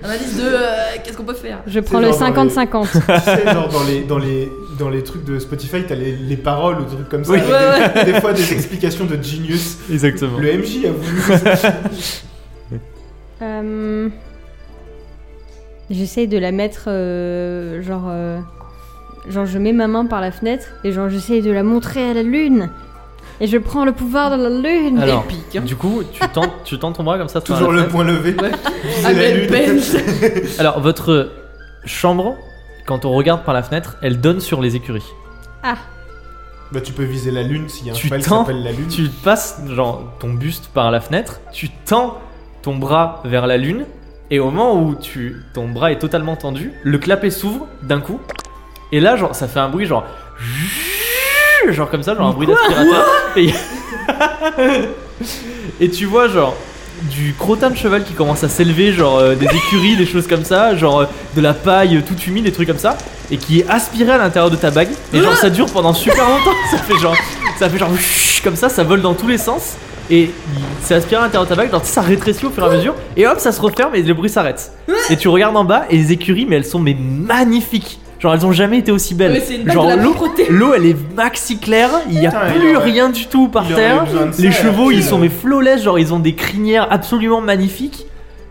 A: Un indice de. euh, Qu'est-ce Qu'est-ce qu'on peut faire
B: Je prends
C: C'est
B: le
C: genre dans les-
B: 50-50.
C: Tu sais, genre dans les, dans, les, dans les trucs de Spotify, t'as les, les paroles ou des trucs comme ça.
D: Oui.
C: avec
A: Ouais,
C: des, des fois des explications de Genius.
D: Exactement.
C: Le MJ a voulu.
B: Euh, J'essaye de la mettre, euh, genre, euh, genre je mets ma main par la fenêtre et genre j'essaye de la montrer à la lune et je prends le pouvoir de la lune.
D: Alors,
A: Épique, hein.
D: Du coup, tu tentes, tu tends ton bras comme ça. sur la
C: Toujours le
D: fenêtre.
C: point levé.
A: Ouais.
C: Viser
A: Ah,
C: la
A: mais
C: lune.
A: Ben,
D: Alors, votre chambre, quand on regarde par la fenêtre, elle donne sur les écuries.
C: Bah, tu peux viser la lune s'il y a un
D: Tu
C: cheval qui
D: tends,
C: s'appelle la lune.
D: Tu passes genre ton buste par la fenêtre, tu tends ton bras vers la lune, et au moment où tu, ton bras est totalement tendu, le clapet s'ouvre d'un coup, et là genre ça fait un bruit genre genre comme ça, genre un bruit d'aspirateur, et... et tu vois genre du crottin de cheval qui commence à s'élever, genre euh, des écuries, des choses comme ça, genre euh, de la paille euh, toute humide, des trucs comme ça, et qui est aspiré à l'intérieur de ta bague. Et genre ça dure pendant super longtemps, ça fait genre, ça fait genre comme ça, ça vole dans tous les sens. Et c'est aspiré à l'intérieur de ta bague, genre ça rétrécit au fur et à mesure, et hop ça se referme et le bruit s'arrête. Et tu regardes en bas et les écuries, mais elles sont mais magnifiques. Genre elles ont jamais été aussi belles.
A: Mais c'est une bague
D: genre
A: de la
D: l'eau-
A: propreté.
D: L'eau elle est maxi claire, il n'y a
C: Putain, il
D: plus
C: aurait-
D: rien du tout par
C: il aurait
D: terre.
C: besoin de ça,
D: Les
C: là.
D: chevaux ils sont
C: Ouais.
D: mais flawless, genre ils ont des crinières absolument magnifiques.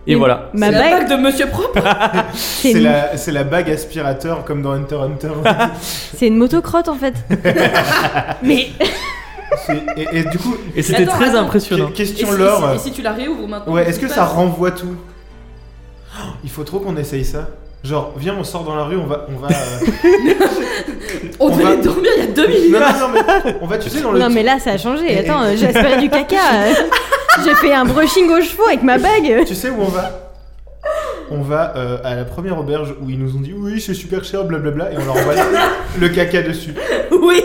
D: Et
B: Mais
D: voilà.
B: Ma
A: c'est la
B: bague,
A: bague de Monsieur Propre.
B: c'est
C: C'est
B: une,
C: la, c'est la bague aspirateur comme dans Hunter x Hunter.
B: c'est une motocrotte en fait. Mais
C: C'est- et, et du coup,
D: Et c'était
A: Attends,
D: très
A: attends.
D: impressionnant.
C: que-
A: Et si,
C: question
A: et
C: lore.
A: si- et si tu la réouvres maintenant
C: Ouais, est-ce que
A: tu
C: ça
A: passes
C: renvoie tout Oh, Il faut trop qu'on essaye ça. Genre, viens, on sort dans la rue, on va. On va euh,
A: On,
C: on
A: devait
C: va-
A: dormir il y a deux minutes.
C: non, non, non, mais on va, tu sais, dans le.
B: non mais là ça a changé.
C: Et-
B: Attends, euh, j'ai aspiré du caca. euh. J'ai fait un brushing aux chevaux avec ma bague.
C: Tu sais où on va On va euh, à la première auberge où ils nous ont dit oui, c'est super cher, blablabla, et on leur envoie le caca dessus.
A: Oui.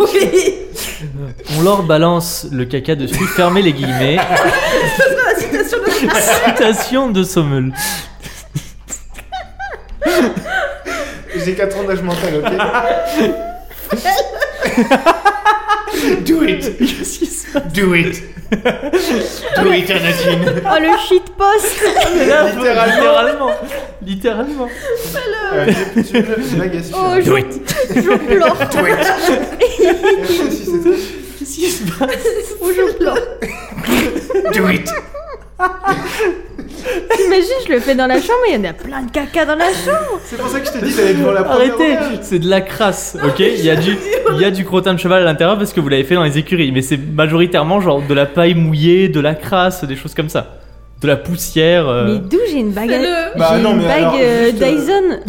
A: Oui.
D: On leur balance le caca dessus, fermez les guillemets.
A: La citation de
D: Citation de Sommel.
C: J'ai 4 ans d'âge mental, ok Do it
D: Qu'est-ce qui se passe
C: Do it Do it, Anatine
B: Oh le shitpost.
C: Littéralement
D: Littéralement. Littéralement.
C: Euh, tu veux une blague à suivre
B: Oh je, je pleure.
C: Do it Je sais si c'est ça.
D: Qu'est-ce qui se passe
B: Oh, je pleure.
C: Do it
B: T'imagines, je le fais dans la chambre et il y en a plein de caca dans
C: Euh.
B: la chambre.
C: C'est pour ça que je te dis d'aller devant la première
D: Arrêtez,
C: auberge.
D: c'est de la crasse, ok Il y a du, il y a du crottin de cheval à l'intérieur parce que vous l'avez fait dans les écuries, mais c'est majoritairement genre de la paille mouillée, de la crasse, des choses comme ça, de la poussière. euh.
B: Mais d'où j'ai une bague à-
A: Fais-le.
C: Bah
B: J'ai
C: non,
B: une
C: mais
B: bague
C: alors,
B: euh,
C: juste, euh,
B: Dyson.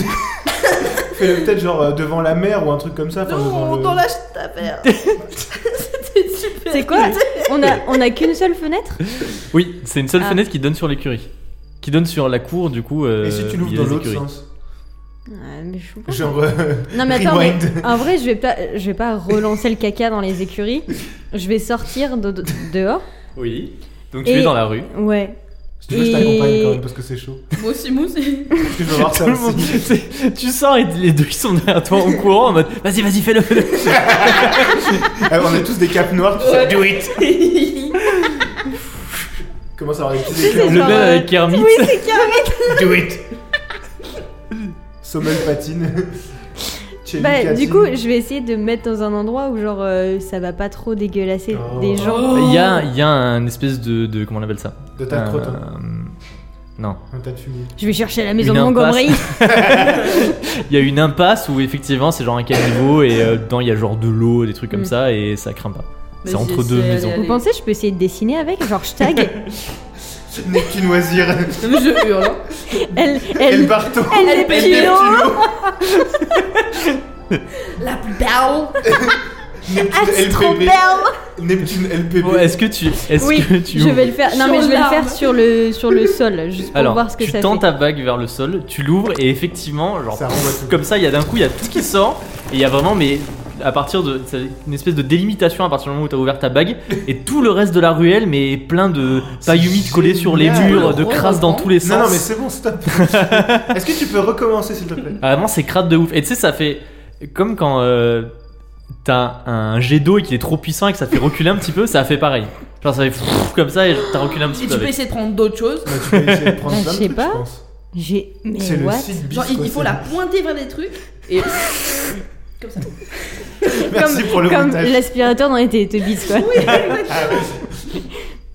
C: Fais-le peut-être genre euh, devant la mer ou un truc comme ça. enfin, devant
A: Non,
C: le-
A: dans la taverne. C'était super.
B: C'est quoi On a, on a qu'une seule fenêtre
D: Oui, c'est une seule
B: Ah.
D: fenêtre qui donne sur l'écurie, qui donne sur la cour du coup. euh,
C: Et si tu
D: il
C: l'ouvres
D: y a
C: dans
D: les
C: l'autre hein.
D: écuries.
C: sens
B: Ah, mais je sais pas.
C: Genre. euh,
B: Non mais attends, mais
C: Rewind.
B: en vrai, je vais pas, je vais pas relancer le caca dans les écuries. Je vais sortir de- de- dehors.
D: Oui. Donc tu
B: Et-
D: es dans la rue.
B: Ouais.
C: Si tu veux, je
B: Et-
C: t'accompagne quand même parce que c'est chaud.
A: Moi aussi, moi aussi.
C: Parce que je veux voir ça
D: Tout le monde-
C: aussi.
D: c'est- tu sors et les deux ils sont derrière toi en courant en mode vas-y vas-y fais-le. fais-le.
C: Ah, on a tous des capes noires, tu sais.
A: Ouais.
C: Do it
A: Putain,
C: Comment ça va avec tous
B: Tu sais,
C: les
B: c'est
C: éclairs
D: Le
B: genre,
D: même
B: euh,
D: avec Kermit.
B: Oui, c'est carré.
C: Do it Sommel patine. Chelly
B: Bah, du
C: patine.
B: coup, je vais essayer de me mettre dans un endroit où genre euh, ça va pas trop dégueulasser
C: Oh.
B: des gens.
D: Il y a, il y a un espèce de, de- comment on appelle ça
C: De tas de
D: Un-
C: crottins.
D: Non.
C: Un tas de fumée.
B: Je vais chercher la maison
D: Une
B: de
D: impasse.
B: Montgomery.
D: Il y a une impasse où effectivement c'est genre un caniveau et euh, dedans il y a genre de l'eau, des trucs comme
B: Mm.
D: ça et ça craint pas. C'est
A: Vas-y,
D: entre
A: essaie,
D: deux
A: allez,
D: maisons.
A: allez.
B: Vous pensez que je peux essayer de dessiner avec Genre je tag
C: Neptune Oisir.
A: mais je hurle. hein.
B: Elle,
C: El
B: elle,
C: Barto.
B: elle,
A: Elle
B: est
A: pète
B: pilon.
A: La plus belle.
C: Neptune LPB. Neptune LPB.
D: Bon, est-ce que tu, est-ce
B: Oui,
D: que tu
B: je
D: ouvres
B: vais le faire. Non
A: Sur
B: mais je vais le
A: l'arme.
B: faire sur le sur le sol juste pour
D: Alors,
B: voir ce que
D: tu
B: ça
D: tends
B: fait.
D: ta bague vers le sol, tu l'ouvres et effectivement, genre
C: Ça renvoie tout.
D: comme ça, il y a d'un coup il y a tout qui sort et il y a vraiment mais à partir de c'est une espèce de délimitation à partir du moment où t'as ouvert ta bague et tout le reste de la ruelle mais plein de
C: c'est
D: pailles humides collées sur les
C: génial.
D: murs, de crasse dans tous les sens.
C: Non, non, mais c'est bon, stop. Est-ce que tu peux recommencer, s'il te plaît Bah,
D: Ah, Vraiment, c'est crade de ouf. Et tu sais, ça fait comme quand euh, t'as un jet d'eau et qu'il est trop puissant et que ça te fait reculer un petit peu, ça a fait pareil. Genre, ça fait pfff comme ça et t'as reculé un petit
A: Et
D: peu.
A: tu peux
D: avec.
A: essayer de prendre d'autres choses.
C: Bah, Tu peux essayer de prendre
B: Bah,
C: plein de
B: je sais
C: trucs,
B: pas.
C: je pense.
B: J'ai. Mais
C: C'est le
B: what
C: site
A: Genre, il, il faut la pointer vers des trucs et. Comme ça.
C: Merci
B: comme,
C: pour le
B: Comme
C: montage.
B: l'aspirateur dans les Teletubbies, quoi.
A: Oui, exactement.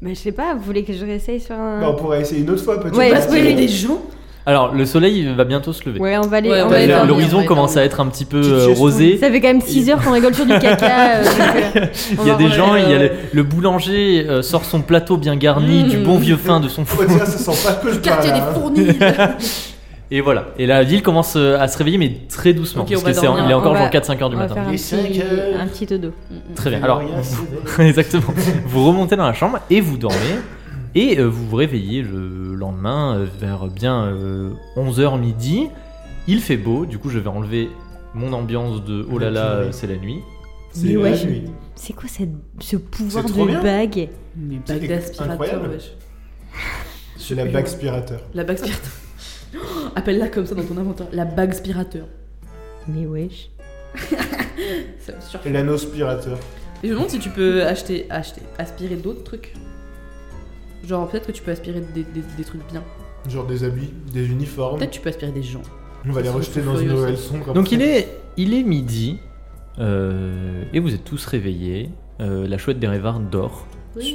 B: Mais je sais pas, vous voulez que je réessaye sur un.
C: Bah, on pourrait essayer une autre fois peut-être.
B: Ouais,
A: Parce
B: parce
A: que
B: que-
A: les gens.
D: Alors, le soleil va bientôt se lever. Euh,
B: ouais, on va aller.
A: Ouais,
B: on
A: on
B: va
A: va
B: aller
A: aller
B: dormir.
A: dormir.
D: L'horizon
A: ouais,
D: commence à
A: dormir.
D: être un petit peu
C: Petite
D: euh,
C: sieste,
D: rosé.
B: Ça fait quand même 6 heures qu'on rigole sur du caca. euh, donc, euh, on
D: Il y a
B: va
D: des
B: revenir,
D: gens, il y a
B: euh, Mm.
D: le, le boulanger euh, sort son plateau bien garni,
A: Mmh.
D: du bon vieux fin de son
C: Oh,
D: four.
C: tiens, ça sent pas que je parle.
A: Quartier des Mm,
C: là, hein.
A: fournis.
D: Et voilà. Et la ville commence euh, à se réveiller, mais très doucement.
A: Ok, on
D: parce
A: va
D: que c'est
A: dormir.
D: il est encore
B: On va-
D: genre 4-5 heures du
B: on va
D: matin.
B: faire un
C: Et
B: petit,
C: cinq heures.
B: un petit dodo.
A: mm.
D: Très bien. Alors,
C: Gloria se lève.
D: exactement. vous remontez dans la chambre et vous dormez. Et euh, vous vous réveillez le lendemain euh, vers bien 11h midi. Il fait beau, du coup je vais enlever mon ambiance de oh là là, euh, c'est la nuit.
C: C'est
B: Mais
C: la
B: ouais.
C: nuit.
B: C'est quoi cette, ce pouvoir
C: C'est trop
B: de
C: bien.
B: bague
A: Mais bague
C: bague
A: d'aspirateur,
C: incroyable.
A: wesh.
C: C'est la bague aspirateur.
A: La bague aspirateur. Oh, Appelle-la comme ça dans ton inventaire. La bague aspirateur.
B: Mais wesh.
A: Ça me surprend.
C: Et l'anneau aspirateur.
A: Et je me demande si tu peux acheter, acheter, aspirer d'autres trucs. Genre, peut-être que tu peux aspirer des, des- des trucs bien.
C: Genre des habits, des uniformes.
A: Peut-être que tu peux aspirer des gens.
C: On va les rejeter dans une
A: Furieux,
C: nouvelle sombre.
D: Donc
C: après.
D: il est, il est midi euh, et vous êtes tous réveillés. Euh, la chouette des Révards dort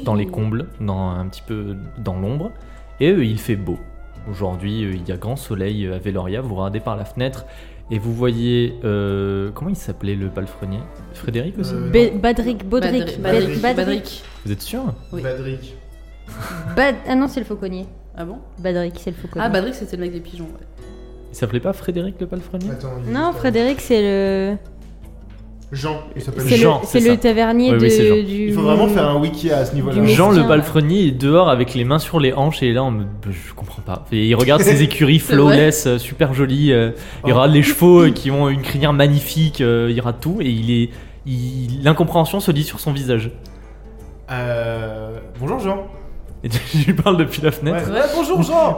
D: dans les combles, dans, un petit peu dans l'ombre, et euh, il fait beau. Aujourd'hui, euh, il y a grand soleil euh, à Veloria. Vous regardez par la fenêtre et vous voyez euh, comment il s'appelait le palefrenier Frédéric aussi.
C: Euh,
B: Be- Badric, Baudric,
A: Badric. Badric. Badric.
D: Vous êtes sûr
A: oui.
C: Badric.
B: Bad- Ah non, c'est le fauconnier.
A: Ah bon
B: Badric, c'est le fauconnier.
A: Ah, Badrick, c'était le mec des pigeons. ouais.
D: Il s'appelait pas Frédéric le palefrenier
C: Attends, il-
B: Non, Frédéric, c'est le.
C: Jean, il s'appelle
B: C'est le,
D: Jean,
B: c'est
D: c'est
B: le
D: ça.
B: tavernier
D: Oui,
B: de,
D: oui, c'est Jean.
B: du.
C: Il faut vraiment faire un wiki à ce niveau-là.
B: Du
D: Jean
B: Mexicain,
D: le
B: ouais.
D: palefrenier est dehors avec les mains sur les hanches et là on me... bah, je comprends pas. Et il regarde ses écuries
A: C'est vrai.
D: flawless, euh, super jolies. euh, il
C: Oh.
D: regarde les chevaux euh, qui ont une crinière magnifique. euh, il rate tout et il est il- l'incompréhension se lit sur son visage.
C: Euh, Bonjour Jean.
D: Et je lui parle depuis la fenêtre.
C: Ouais. Ouais, bonjour Jean.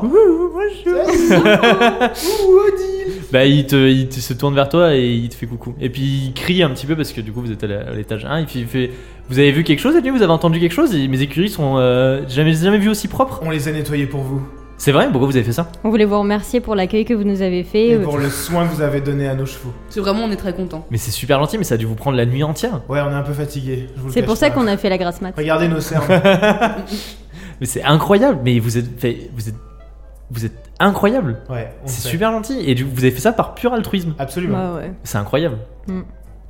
D: Bah il, te, il te- se tourne vers toi et il te fait coucou. Et puis il crie un petit peu parce que du coup vous êtes à la- à l'étage 1 et puis il fait vous avez vu quelque chose et lui vous avez entendu quelque chose et mes écuries sont euh, jamais jamais vues aussi propres.
C: On les a nettoyés pour vous
D: C'est vrai pourquoi vous avez fait ça
B: On voulait vous remercier pour l'accueil que vous nous avez fait.
C: et
B: euh,
C: pour le soin que vous avez donné à nos chevaux.
A: C'est vraiment, on est très content.
D: Mais c'est super gentil mais ça a dû vous prendre la nuit entière.
C: Ouais, on est un peu fatigué. je vous le
B: C'est
C: cache
B: pour ça
C: pas.
B: qu'on a fait la grasse mat.
C: Regardez nos cernes.
D: Mais c'est incroyable mais vous êtes fait- vous êtes vous êtes incroyable.
C: Ouais, on le
D: C'est
C: sait.
D: super gentil et du coup, vous avez fait ça par pur altruisme.
C: Absolument.
B: Ouais, ouais.
D: C'est incroyable.
C: Maintenant,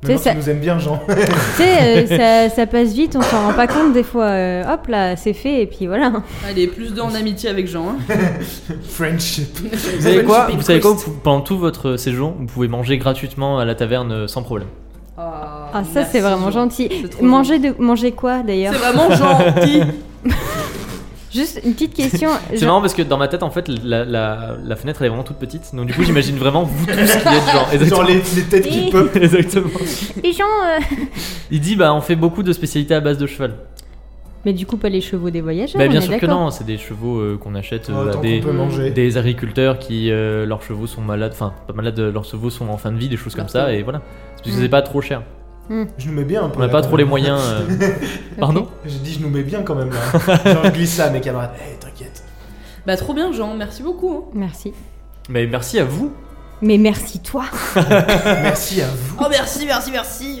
B: Bah, ça-
C: tu nous aimes bien Jean.
B: tu sais, euh, ça, ça passe vite, on s'en rend pas compte des fois. euh, hop là, c'est fait, et puis voilà.
A: Allez, plus de en amitié avec Jean. hein.
C: Friendship.
D: Vous savez quoi Vous savez quoi vous- Pendant tout votre séjour, vous pouvez manger gratuitement à la taverne euh, sans problème.
A: Ah,
B: Ah, ça,
A: merci,
B: c'est vraiment
A: Jean.
B: gentil. hein.
A: C'est trop
B: Manger, de, manger quoi
A: C'est
B: d'ailleurs
A: vraiment gentil.
B: Juste une petite question.
D: C'est
B: Jean-
D: marrant parce que dans ma tête, en fait, la, la- la fenêtre elle est vraiment toute petite. Donc du coup, j'imagine vraiment vous tous qui êtes
C: Genre
D: genre. Exactement.
C: les, les têtes qui
B: Et-
C: pop.
D: Exactement.
B: Les gens. euh,
D: Il dit bah on fait beaucoup de spécialités à base de cheval.
B: Mais du coup, pas les chevaux des voyageurs.
D: bah
B: on
D: bien
B: est
D: sûr que
B: d'accord.
D: non, c'est des chevaux euh, qu'on achète euh, à
C: Autant
D: des,
C: qu'on peut manger.
D: des agriculteurs qui euh, leurs chevaux sont malades, enfin pas malades, euh, leurs chevaux sont en fin de vie, des choses comme ça et voilà. C'est Parce que
B: Mm.
D: c'est pas trop cher.
C: Je nous mets bien un peu.
D: On n'a
C: là,
D: pas
C: quand
D: trop les
C: même.
D: moyens. euh,
B: Ok.
D: Pardon
C: J'ai dit je nous mets bien quand même là. Genre je glisse ça à mes camarades. Eh t'inquiète.
A: bah, trop bien, Jean. Merci beaucoup. hein.
B: Merci.
D: Mais merci à vous.
B: Mais merci toi.
C: Merci à vous.
A: Oh, merci, merci, merci.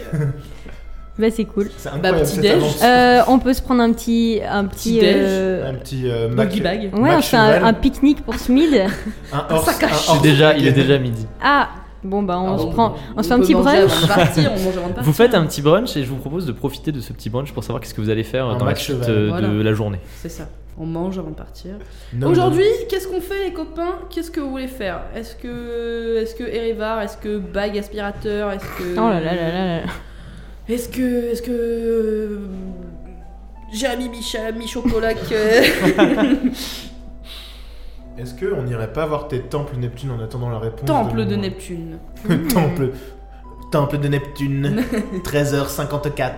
B: Bah c'est cool.
C: C'est incroyable
A: petit
C: cette
A: déj.
C: avance.
B: Euh, on peut se prendre un petit, un petit.
A: Petit déj.
B: euh,
C: Un petit euh, Mac-
A: Doggy bag.
B: Ouais, on fait un,
C: Cheval.
B: un pique-nique pour Smid.
C: Un horse.
A: sac à
C: un
A: chips.
D: C'est
C: horse
D: déjà,
C: chicken.
D: il est déjà midi.
B: Ah bon bah on
A: Ah,
B: se
A: bon,
B: prend, on se fait un
A: peut
B: petit
A: manger
B: brunch.
A: avant de partir, on mange avant de partir.
D: Vous faites un petit brunch et je vous propose de profiter de ce petit brunch pour savoir qu'est-ce que vous allez faire euh,
C: Un
D: dans la
C: match
D: suite
C: cheval.
D: euh,
A: Voilà.
D: de la journée.
A: C'est ça. On mange avant de partir.
C: Non,
A: Aujourd'hui, qu'est-ce qu'on fait, les copains Qu'est-ce que vous voulez faire Est-ce que, est-ce que Erivar Est-ce que bague aspirateur Est-ce que
B: Oh là là là là. là.
A: Est-ce que, est-ce que euh, Jérémy Micha, Michopolac euh,
C: non. Est-ce qu'on irait pas voir tes temples Neptune en attendant la réponse
A: Temple de Neptune
C: temple. Temple de Neptune, 13h54.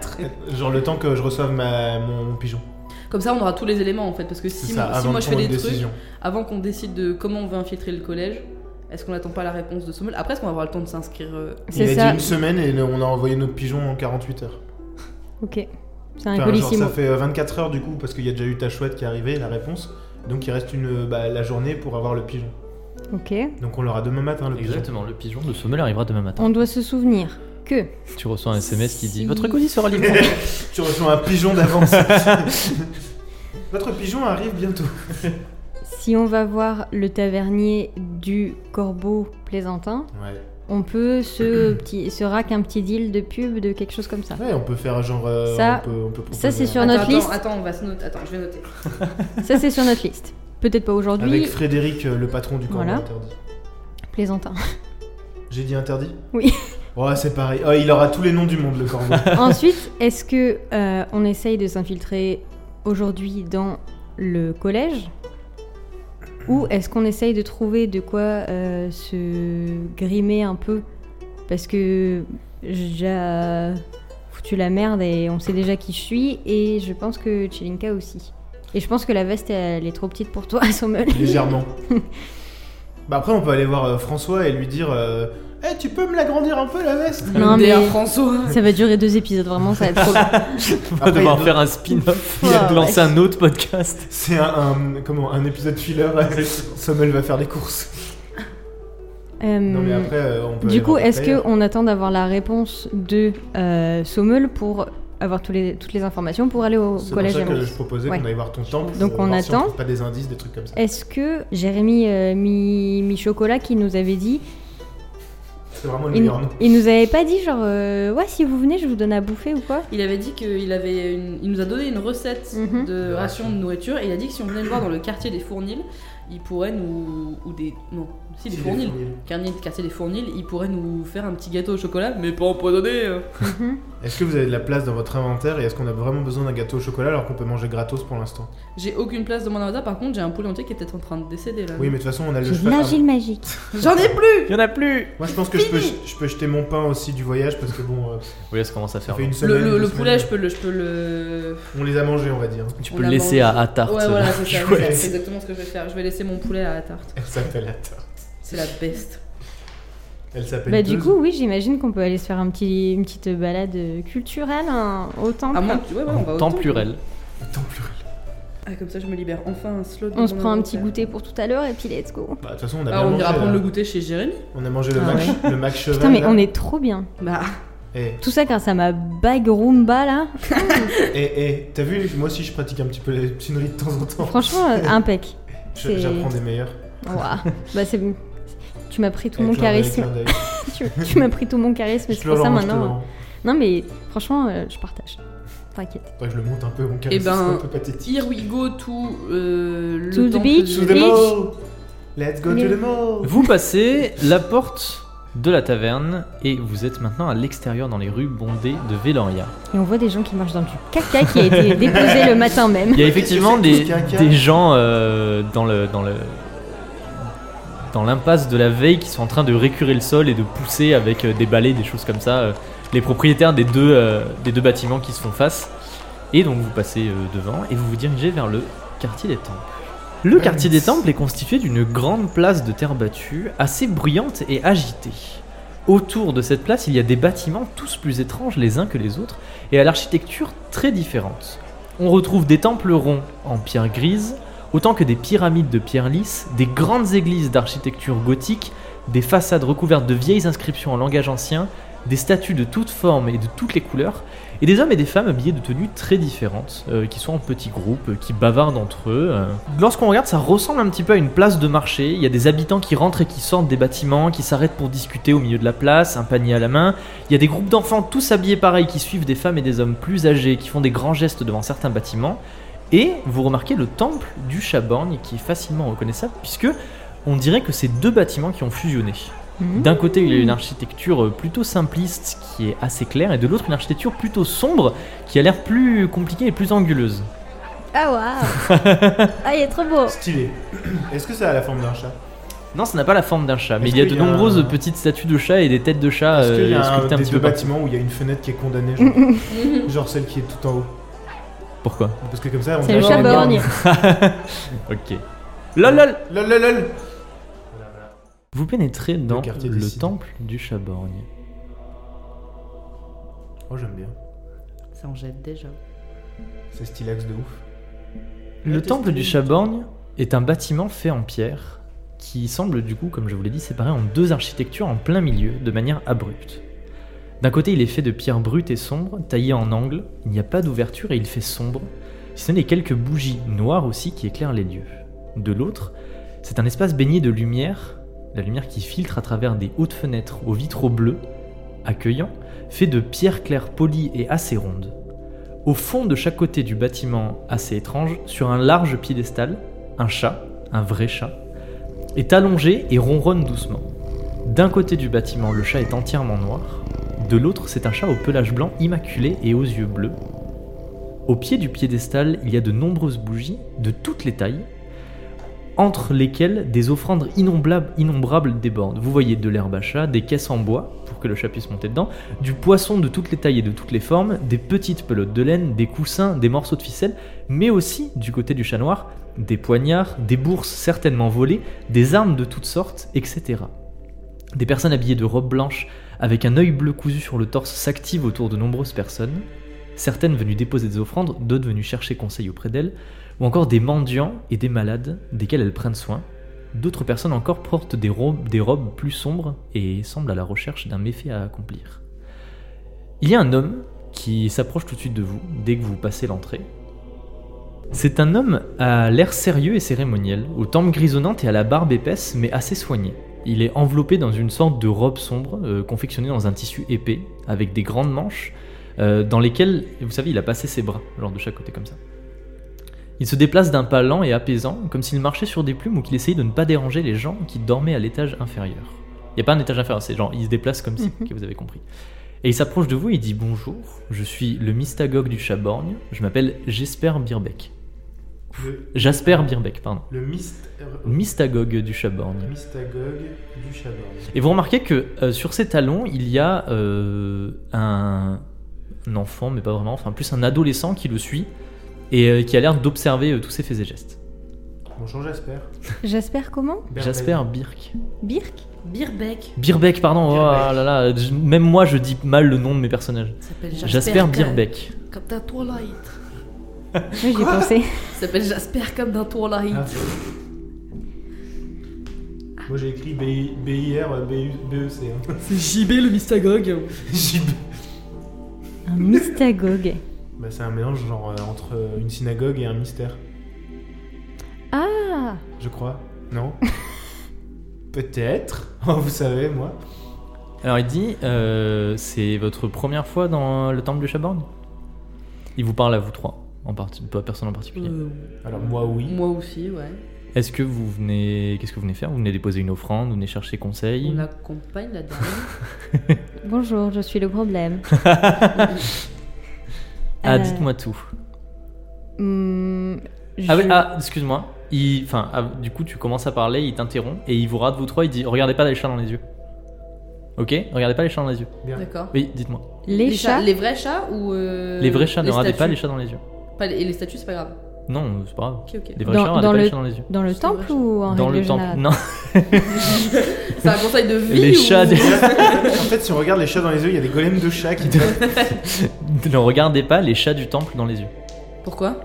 C: Genre le temps que je reçoive ma, mon, mon pigeon.
A: Comme ça, on aura tous les éléments en fait, parce que
C: C'est
A: si,
C: ça,
A: moi- si
C: avant
A: moi
C: de
A: je fais
C: prendre
A: des
C: une
A: trucs,
C: décision.
A: avant qu'on décide de comment on veut infiltrer le collège, est-ce qu'on n'attend pas la réponse de Sommel Après, est-ce qu'on va avoir le temps de s'inscrire euh,
C: Il
B: C'est
C: a
B: ça.
C: dit une semaine et on a envoyé notre pigeon en 48 heures.
B: Ok. C'est un
C: Enfin, genre,
B: colissimo.
C: ça fait euh, 24 heures du coup, parce qu'il y a déjà eu ta chouette qui est arrivée, la réponse. Donc il reste une, euh, bah, la journée pour avoir le pigeon.
B: Ok.
C: Donc on l'aura demain matin le pigeon.
D: Exactement, le pigeon de Sommel arrivera demain matin.
B: On doit se souvenir que
D: Tu reçois un SMS qui dit
B: Si.
D: Votre colis sera livré.
C: tu reçois un pigeon d'avance. Votre pigeon arrive bientôt.
B: si on va voir le tavernier du Corbeau Plaisantin,
C: Ouais.
B: on peut se, petit, se rack un petit deal de pub, de quelque chose comme ça.
C: Ouais, on peut faire genre. euh,
B: Ça-
C: on peut, on peut proposer
B: ça, c'est
C: un-
B: sur notre
A: attends,
B: liste.
A: Attends, on va se noter. Attends, je vais noter.
B: Ça, c'est sur notre liste. Peut-être pas
C: Avec
B: aujourd'hui,
C: Frédéric, euh, le patron du camp
B: Voilà.
C: interdit.
B: Plaisantin.
C: J'ai dit interdit
B: Oui.
C: Ouais, c'est pareil. Oh, il aura tous les noms du monde, le corbeau.
B: Ensuite, est-ce que euh, on essaye de s'infiltrer aujourd'hui dans le collège ou est-ce qu'on essaye de trouver de quoi euh, se grimer un peu Parce que j'ai déjà foutu la merde et on sait déjà qui je suis et je pense que Chelinka aussi. Et je pense que la veste elle est trop petite pour toi, Sommel.
C: Légèrement. bah après, on peut aller voir euh, François et lui dire euh, Eh, tu peux me l'agrandir un peu la veste
A: Le
B: Non, mais-
A: DR François.
B: Ça va durer deux épisodes, vraiment, ça va être trop.
D: On va
C: Après, il y a
D: devoir
C: d'autres-
D: faire un spin-off
B: Ouais,
D: et
B: ouais.
D: lancer un autre podcast.
C: C'est un, un- comment, un épisode filler. Sommel va faire des courses.
B: Euh,
C: Non, mais après, euh, on peut. aller
B: Du coup,
C: voir
B: est-ce
C: Raphaël.
B: qu'on attend d'avoir la réponse de euh, Sommel pour avoir tous les, toutes les informations pour aller au
C: C'est pour
B: collège
C: ça que
B: Emerald
C: je proposais
B: Ouais.
C: qu'on aille voir ton temple.
B: Donc,
C: euh,
B: on
C: voir si
B: attend.
C: trouve pas des indices, des trucs comme ça.
B: Est-ce que Jérémy euh, Mi- Mi-Chocolat qui nous avait dit,
C: C'est vraiment le
B: il,
C: meilleur nom.
B: il nous avait pas dit genre euh, ouais si vous venez je vous donne à bouffer ou quoi
A: Il avait dit qu'il avait une- il nous a donné une recette
B: Mhm.
A: de
C: De
A: ration de
C: ration.
A: nourriture et il a dit que si on venait le voir dans le quartier des Fournils, il pourrait nous ou des non si des
C: C'est
A: Fournils, Quartier- quartier des Fournils, il pourrait nous faire un petit gâteau au chocolat, mais pas empoisonné. euh.
C: Est-ce que vous avez de la place dans votre inventaire et est-ce qu'on a vraiment besoin d'un gâteau au chocolat alors qu'on peut manger gratos pour l'instant
A: J'ai aucune place dans mon inventaire. Par contre, j'ai un poulet entier qui est peut-être en train de décéder là.
C: Oui, mais de toute façon, on a le
B: J'ai de
C: cheval.
B: l'argile magique.
A: J'en ai plus.
D: Il y en a plus
C: Moi, je pense que je peux, je peux jeter mon pain aussi du voyage parce que bon, euh,
D: Oui, là, ça commence à
C: ça
D: faire.
C: fait une
A: Le,
C: semaine.
A: le-
C: deux
A: le
C: semaines,
A: poulet, je peux le, je peux le.
C: On les a mangés, on va dire.
D: Tu
A: on
D: peux le
A: l'a
D: laisser
A: mangé.
D: à, à Tarte.
A: ouais, voilà, c'est ça.
C: chouette.
A: C'est exactement ce que je vais faire. Je vais laisser mon poulet à la tarte.
C: Elle
B: Bah,
C: s'appelle Atta.
A: C'est la peste.
C: Elle s'appelle.
B: Bah du
C: Teuse.
B: coup oui j'imagine qu'on peut aller se faire un petit, une petite balade euh, culturelle hein, au temple.
A: Ah, mon... ouais, ouais, on va au
D: Temps
A: temple.
D: pluriel.
C: Attends, plus.
A: Ah, comme ça, je me libère enfin un slot. de
B: on se
A: mon
B: prend un petit
A: inventaire.
B: goûter pour tout à l'heure et puis let's go.
C: Bah, de toute façon, on a
A: Ah,
C: bien
A: on
C: mangé.
A: ira prendre
C: là.
A: le
D: euh,
A: goûter chez Jérémy.
C: On a mangé le
B: Ah
C: mac, le mac cheval.
B: Putain mais
C: là.
B: on est trop bien.
A: Bah,
C: Eh,
B: Tout ça grâce à ma bague Roomba là.
C: eh, eh, t'as vu, moi aussi, je pratique un petit peu les pineries de temps en temps.
B: Franchement euh, impec.
C: Je-
B: c'est-
C: J'apprends des meilleurs.
B: Ouah. bah c'est tu m'as pris tout mon
C: Avec leur- avec
B: charisme.
C: leur deuil.
B: tu tu m'as pris tout mon charisme,
C: Je
B: c'est
C: te
B: pour
C: le
B: ça
C: rends, je te le
B: maintenant.
C: rends.
B: euh, Non mais franchement, euh, je partage. T'inquiète.
C: Faudrait que je le monte un peu, mon charisme,
A: Eh ben,
C: c'est un peu pathétique.
A: here we go to euh, le
B: To the
A: temple
B: beach.
A: de-
C: To the
B: Bitch.
C: mall Let's go to the mall
D: Vous passez la porte de la taverne et vous êtes maintenant à l'extérieur dans les rues bondées de Véloria.
B: Et on voit des gens qui marchent dans du caca qui a été déposé le matin même.
D: Il y a
C: Mais
D: effectivement
C: qu'est-ce
D: des,
C: que c'est que ce caca
D: des gens euh, dans le dans le dans l'impasse de la veille qui sont en train de récurer le sol et de pousser avec euh, des balais, des choses comme ça, euh, les propriétaires des deux, euh, des deux bâtiments qui se font face. Et donc vous passez euh, devant et vous vous dirigez vers le quartier des temples. Le quartier des temples est constitué d'une grande place de terre battue, assez bruyante et agitée. Autour de cette place, il y a des bâtiments tous plus étranges les uns que les autres et à l'architecture très différente. On retrouve des temples ronds en pierre grise, autant que des pyramides de pierre lisse, des grandes églises d'architecture gothique, des façades recouvertes de vieilles inscriptions en langage ancien, des statues de toutes formes et de toutes les couleurs, et des hommes et des femmes habillés de tenues très différentes, euh, qui sont en petits groupes, euh, qui bavardent entre eux. euh. Lorsqu'on regarde, ça ressemble un petit peu à une place de marché. Il y a des habitants qui rentrent et qui sortent des bâtiments, qui s'arrêtent pour discuter au milieu de la place, un panier à la main. Il y a des groupes d'enfants tous habillés pareil qui suivent des femmes et des hommes plus âgés, qui font des grands gestes devant certains bâtiments. Et vous remarquez le temple du Chaborgne qui est facilement reconnaissable puisque on dirait que c'est deux bâtiments qui ont fusionné.
B: Mhm.
D: D'un côté, il y a une
C: Mmh.
D: architecture euh, plutôt simpliste qui est assez claire, et de l'autre, une architecture plutôt sombre qui a l'air plus compliquée et plus anguleuse.
B: Ah waouh Ah il est trop beau
C: Stylé. Est-ce que ça a la forme d'un chat
D: Non, ça n'a pas la forme d'un chat, mais
C: Est-ce
D: il y a de
C: qu'il y a un-
D: nombreuses petites statues de chats et des têtes de chats
C: Est-ce qu'il y
D: euh,
C: a un,
D: sculptées un
C: des
D: petit
C: deux
D: peu partout.
C: bâtiments où il y a une fenêtre qui est condamnée genre, genre celle qui est tout en haut.
D: Pourquoi
C: Parce que comme ça, on
B: C'est le
C: dirait-
B: chat borgne.
D: Ok. Lol, lol
C: Lol, lol, lol.
D: Vous pénétrez dans
C: quartier
D: le
C: décide.
D: temple du Chaborgne.
C: Oh, j'aime bien.
A: Ça en jette déjà.
C: C'est stylax de ouf.
D: Le
C: Ouais,
D: temple
C: t'es
D: du
C: stylé.
D: Chaborgne est un bâtiment fait en pierre qui semble du coup, comme je vous l'ai dit, séparé en deux architectures en plein milieu, de manière abrupte. D'un côté, il est fait de pierres brutes et sombres, taillées en angle, il n'y a pas d'ouverture et il fait sombre, si ce n'est quelques bougies noires aussi qui éclairent les lieux. De l'autre, c'est un espace baigné de lumière, la lumière qui filtre à travers des hautes fenêtres aux vitraux bleus, accueillants, fait de pierres claires polies et assez rondes. Au fond de chaque côté du bâtiment assez étrange, sur un large piédestal, un chat, un vrai chat, est allongé et ronronne doucement. D'un côté du bâtiment, le chat est entièrement noir, de l'autre, c'est un chat au pelage blanc immaculé et aux yeux bleus. Au pied du piédestal, il y a de nombreuses bougies, de toutes les tailles, entre lesquelles des offrandes innombrables, innombrables débordent. Vous voyez de l'herbe à chat, des caisses en bois pour que le chat puisse monter dedans, du poisson de toutes les tailles et de toutes les formes, des petites pelotes de laine, des coussins, des morceaux de ficelle, mais aussi, du côté du chat noir, des poignards, des bourses certainement volées, des armes de toutes sortes, etc. Des personnes habillées de robes blanches, avec un œil bleu cousu sur le torse, s'activent autour de nombreuses personnes, certaines venues déposer des offrandes, d'autres venues chercher conseil auprès d'elles, ou encore des mendiants et des malades desquels elles prennent soin. D'autres personnes encore portent des robes, des robes plus sombres et semblent à la recherche d'un méfait à accomplir. Il y a un homme qui s'approche tout de suite de vous dès que vous passez l'entrée. C'est un homme à l'air sérieux et cérémoniel, aux tempes grisonnantes et à la barbe épaisse mais assez soignée. Il est enveloppé dans une sorte de robe sombre, euh, confectionnée dans un tissu épais, avec des grandes manches, euh, dans lesquelles, vous savez, il a passé ses bras, genre de chaque côté comme ça. Il se déplace d'un pas lent et apaisant, comme s'il marchait sur des plumes ou qu'il essayait de ne pas déranger les gens qui dormaient à l'étage inférieur. Il n'y a pas un étage inférieur, c'est genre, il se déplace comme si, que vous avez compris. Et il s'approche de vous et il dit Bonjour, je suis le mystagogue du Chaborgne, je m'appelle Jesper Birbeck.
C: Le,
D: Jasper Birbeck, pardon.
C: le myst- euh,
D: Mystagogue du Chaborgne.
C: mystagogue du Chaborn.
D: Et vous remarquez que euh, sur ses talons, il y a euh, un, un enfant, mais pas vraiment, enfin plus un adolescent qui le suit et euh, qui a l'air d'observer euh, tous ses faits et gestes.
C: Bonjour Jasper.
B: J'espère comment
C: Berbeck.
D: Jasper Birk.
B: Birk
A: Birbeck.
D: Birbeck, pardon, oh
C: Birbeck.
D: là là, je- même moi je dis mal le nom de mes personnages.
A: Il s'appelle
D: Jasper, Birbeck.
A: Comme dans Twilight.
B: Oui, j'ai pensé.
A: Il s'appelle Jasper comme dans Twilight.
C: Ah. Moi j'ai écrit B- BIR, BU BEC. hein.
F: C'est JB le mystagogue.
C: JB.
B: Un mystagogue.
C: Bah, c'est un mélange genre euh, entre euh, une synagogue et un mystère,
B: Ah
C: je crois. Non Peut-être. Oh, vous savez, moi.
D: Alors il dit euh, C'est votre première fois dans le temple du Chaborgne Il vous parle à vous trois, en parti- pas personne en particulier.
A: Mm.
F: Euh,
C: Alors moi oui.
A: Moi aussi, ouais.
D: Est-ce que vous venez. Qu'est-ce que vous venez faire Vous venez déposer une offrande, vous venez chercher conseil
A: On l'accompagne la dernière.
B: Bonjour, je suis le problème.
D: Ah,
B: Euh,
D: dites-moi tout.
B: hum,
D: Ah, oui,
B: je-
D: ah, excuse-moi. Il... Enfin, ah, du coup, tu commences à parler, il t'interrompt et il vous rate, vous trois, il dit Regardez pas les chats dans les yeux. Ok Regardez pas les chats dans les yeux.
C: Bien.
A: D'accord.
D: Oui, dites-moi.
B: Les, chats,
A: Les vrais chats ou. euh,
D: les vrais chats, ne regardez pas
A: statues
D: les chats dans les yeux.
A: Pas les- Et les statues, c'est pas grave.
D: Non, c'est pas grave.
A: Ok, ok.
D: Les vrais
B: Dans-
D: chats, regardez
B: dans
D: pas les
B: le-
D: chats dans les yeux.
B: dans le
A: C'est vrai,
B: temple
A: ça.
B: ou en
D: Dans
B: règle
D: le temple.
B: générale
D: Non,
A: C'est un conseil de vie.
D: les
A: ou-
D: chats. des-
C: en fait, si on regarde les chats dans les yeux, il y a des golems de chats qui.
D: ne regardez pas les chats du temple dans les yeux.
A: Pourquoi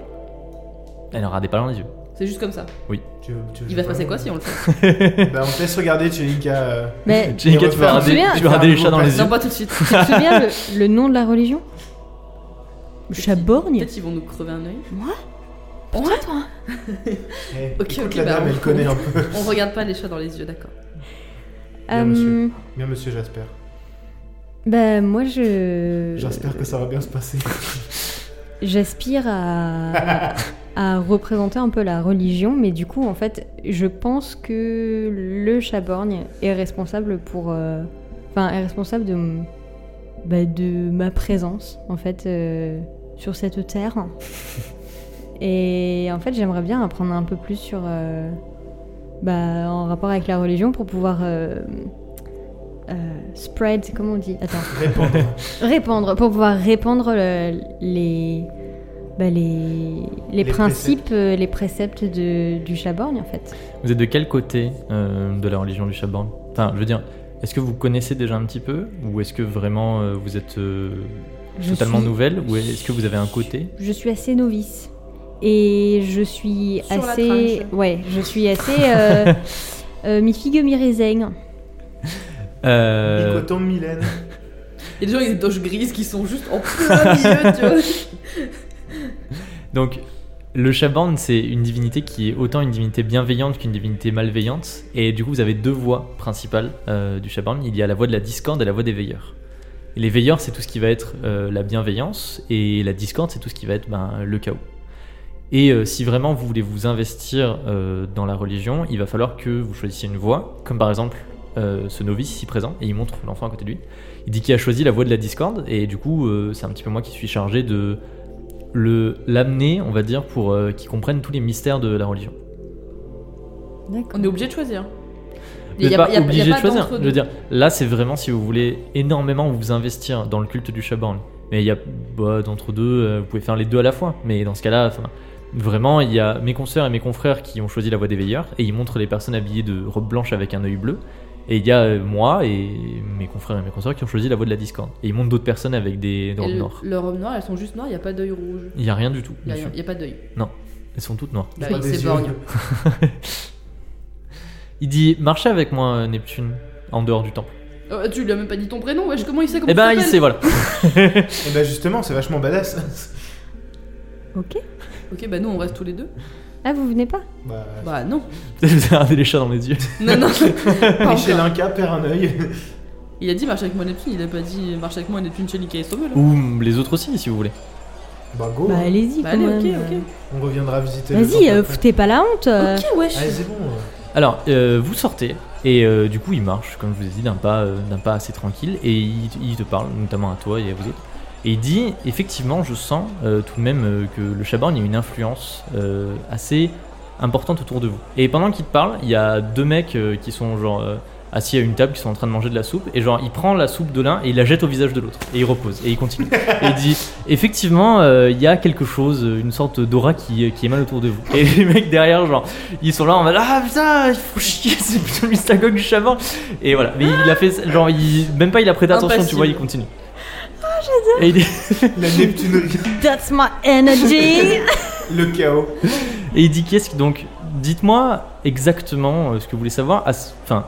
D: Elle ne regardez pas dans les yeux.
A: C'est juste comme ça.
C: Tu veux- tu veux-
A: Il va se passer quoi si on le fait
C: Bah, on te laisse regarder, Chelinka. euh,
B: Mais
D: J'ai une
C: Et
D: quête, tu vas
C: refaire-
D: regarder-
B: Tu te
D: tu
C: souviens-
D: vas regarder les chats dans les yeux.
A: Non, pas tout de suite.
B: tu te souviens le, le nom de la religion Chaborgne
A: Peut-être ils vont nous crever un œil.
B: Moi
A: Ouais.
B: toi
C: Eh,
A: Ok,
C: écoute,
A: ok,
C: la
A: bah,
C: dame,
A: on-
C: elle connaît un peu.
A: On regarde pas les chats dans les yeux, d'accord.
B: Euh,
C: Bien, monsieur. Bien, monsieur Jasper.
B: Ben moi je...
C: J'espère que ça va bien se passer.
B: J'aspire à... à représenter un peu la religion, mais du coup en fait je pense que le Chaborgne est responsable pour... euh, Enfin est responsable de... m- bah, de ma présence en fait euh, sur cette terre. Et en fait j'aimerais bien apprendre un peu plus sur... euh, bah, en rapport avec la religion pour pouvoir... euh, euh, spread, comment on dit Attends
C: Répondre.
B: répandre, pour pouvoir répandre le- les, bah, les, les,
C: Les
B: principes, euh, les préceptes de, du Chaborgne en fait.
D: Vous êtes de quel côté euh, de la religion du Chaborn Enfin, je veux dire, est-ce que vous connaissez déjà un petit peu Ou est-ce que vraiment euh, vous êtes euh,
B: Je
D: totalement
B: suis-
D: nouvelle Ou est-ce que vous avez un côté
B: Je suis assez novice et je suis
A: Sur la
B: assez,
A: tranche.
B: ouais, je suis assez, euh, euh, mi figue mi raisin.
D: Euh,
C: Bigoton Mylène.
A: Et les gens, ils ont des toches grises qui sont juste en plein milieu, tu vois.
D: donc, le Shaban, c'est une divinité qui est autant une divinité bienveillante qu'une divinité malveillante. Et du coup, vous avez deux voies principales euh, du Shaban. Il y a la voie de la discorde et la voie des veilleurs. Et les veilleurs, c'est tout ce qui va être euh, la bienveillance, et la discorde, c'est tout ce qui va être ben, le chaos. Et euh, si vraiment vous voulez vous investir euh, dans la religion, il va falloir que vous choisissiez une voie, comme par exemple euh, ce novice ici présent, et il montre l'enfant à côté de lui. Il dit qu'il a choisi la voie de la discorde, et du coup, euh, c'est un petit peu moi qui suis chargé de le l'amener, on va dire, pour euh, qu'il comprenne tous les mystères de la religion.
B: D'accord.
A: On est obligé de choisir.
D: Vous
A: Il y
D: n'êtes
A: a-
D: pas
A: il y a- il y a
D: obligé
A: pas
D: de choisir.
A: d'entre-deux.
D: Je veux dire, là, c'est vraiment si vous voulez énormément vous investir dans le culte du Shaban. Mais il y a bah, d'entre deux, euh, vous pouvez faire les deux à la fois. Mais dans ce cas-là, enfin, vraiment, il y a mes consoeurs et mes confrères qui ont choisi la voie des veilleurs et ils montrent les personnes habillées de robe blanche avec un œil bleu. Et il y a euh, moi et mes confrères et mes consoeurs qui ont choisi la voie de la discorde. Et ils montrent d'autres personnes avec des, des
A: Et
D: robes
A: le-
D: noires.
A: Leurs robes noires, elles sont juste noires, il n'y a pas d'œil rouge.
D: Il n'y a rien du tout.
A: Il n'y
D: dessus.
A: a, pas d'œil.
D: Elles sont toutes noires.
A: Bah
C: Pas
A: oui,
C: des
A: c'est
C: yeux.
A: borgne.
D: Il dit Marchez avec moi, euh, Neptune, en dehors du temple.
A: Euh, tu lui as même pas dit ton prénom, wesh, comment il sait comment
D: Eh ben, il
A: s'appelle
D: sait, voilà.
C: Et bah justement, c'est vachement badass.
B: Ok.
A: Ok, bah nous on reste tous les deux.
B: Ah, vous venez pas
C: bah,
A: Bah non.
D: Regardez les chats dans les yeux.
A: Non, non. Pas
C: Michel
A: encore.
C: Inca perd un œil.
A: il a dit marche avec moi Neptune, il a pas dit marche avec moi Neptune chez Lika et Sommel.
D: Ou mm, les autres aussi, si vous voulez.
C: bah go,
B: Bah, allez-y.
A: Bah
B: quand
A: allez, ok,
B: même.
A: ok.
C: on reviendra visiter. le
B: Vas-y,
C: temple
B: euh,
C: après.
B: foutez pas la honte. euh.
A: Ok, wesh.
C: Allez, c'est bon. euh.
D: Alors, euh, vous sortez, et euh, du coup, il marche, comme je vous ai dit, d'un pas, euh, d'un pas assez tranquille, et il, il te parle, notamment à toi et à vous autres. Et il dit Effectivement, je sens euh, tout de même euh, que le Chaban il y a une influence euh, assez importante autour de vous. Et pendant qu'il te parle, il y a deux mecs euh, qui sont genre. euh, assis à une table qui sont en train de manger de la soupe et genre il prend la soupe de l'un et il la jette au visage de l'autre et il repose et il continue et il dit effectivement euh, il y a quelque chose euh, une sorte d'aura qui, qui émane autour de vous et les mecs derrière genre ils sont là en mode ah putain il faut chier c'est plutôt le mystagogue du chaman et voilà mais il a fait genre il, même pas il a prêté attention tu
A: Impassible.
D: vois il continue ah j'adore et, il-
C: La Neptunerie,
B: That's my energy.
C: le chaos.
D: et il dit qu'est-ce que donc dites-moi exactement euh, ce que vous voulez savoir à ce- enfin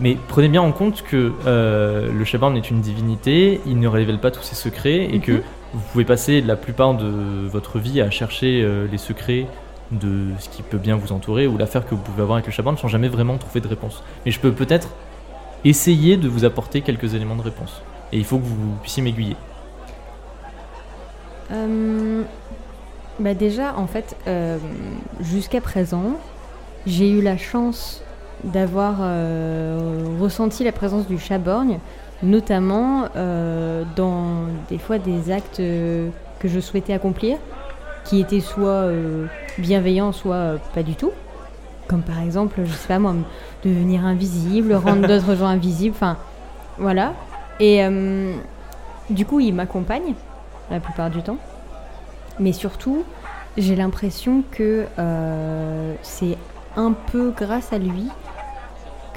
D: mais prenez bien en compte que euh, le Shaban est une divinité, il ne révèle pas tous ses secrets et que
B: Mhm.
D: vous pouvez passer la plupart de votre vie à chercher euh, les secrets de ce qui peut bien vous entourer ou l'affaire que vous pouvez avoir avec le Shaban sans jamais vraiment trouver de réponse. Mais je peux peut-être essayer de vous apporter quelques éléments de réponse. Et il faut que vous puissiez m'aiguiller.
B: Euh, bah déjà, en fait, euh, jusqu'à présent, j'ai eu la chance d'avoir euh, ressenti la présence du chaborgne, notamment euh, dans des fois des actes euh, que je souhaitais accomplir, qui étaient soit euh, bienveillants, soit euh, pas du tout. Comme par exemple, je sais pas moi, devenir invisible, rendre d'autres gens invisibles, enfin voilà. Et euh, du coup, il m'accompagne la plupart du temps. Mais surtout, j'ai l'impression que euh, c'est un peu grâce à lui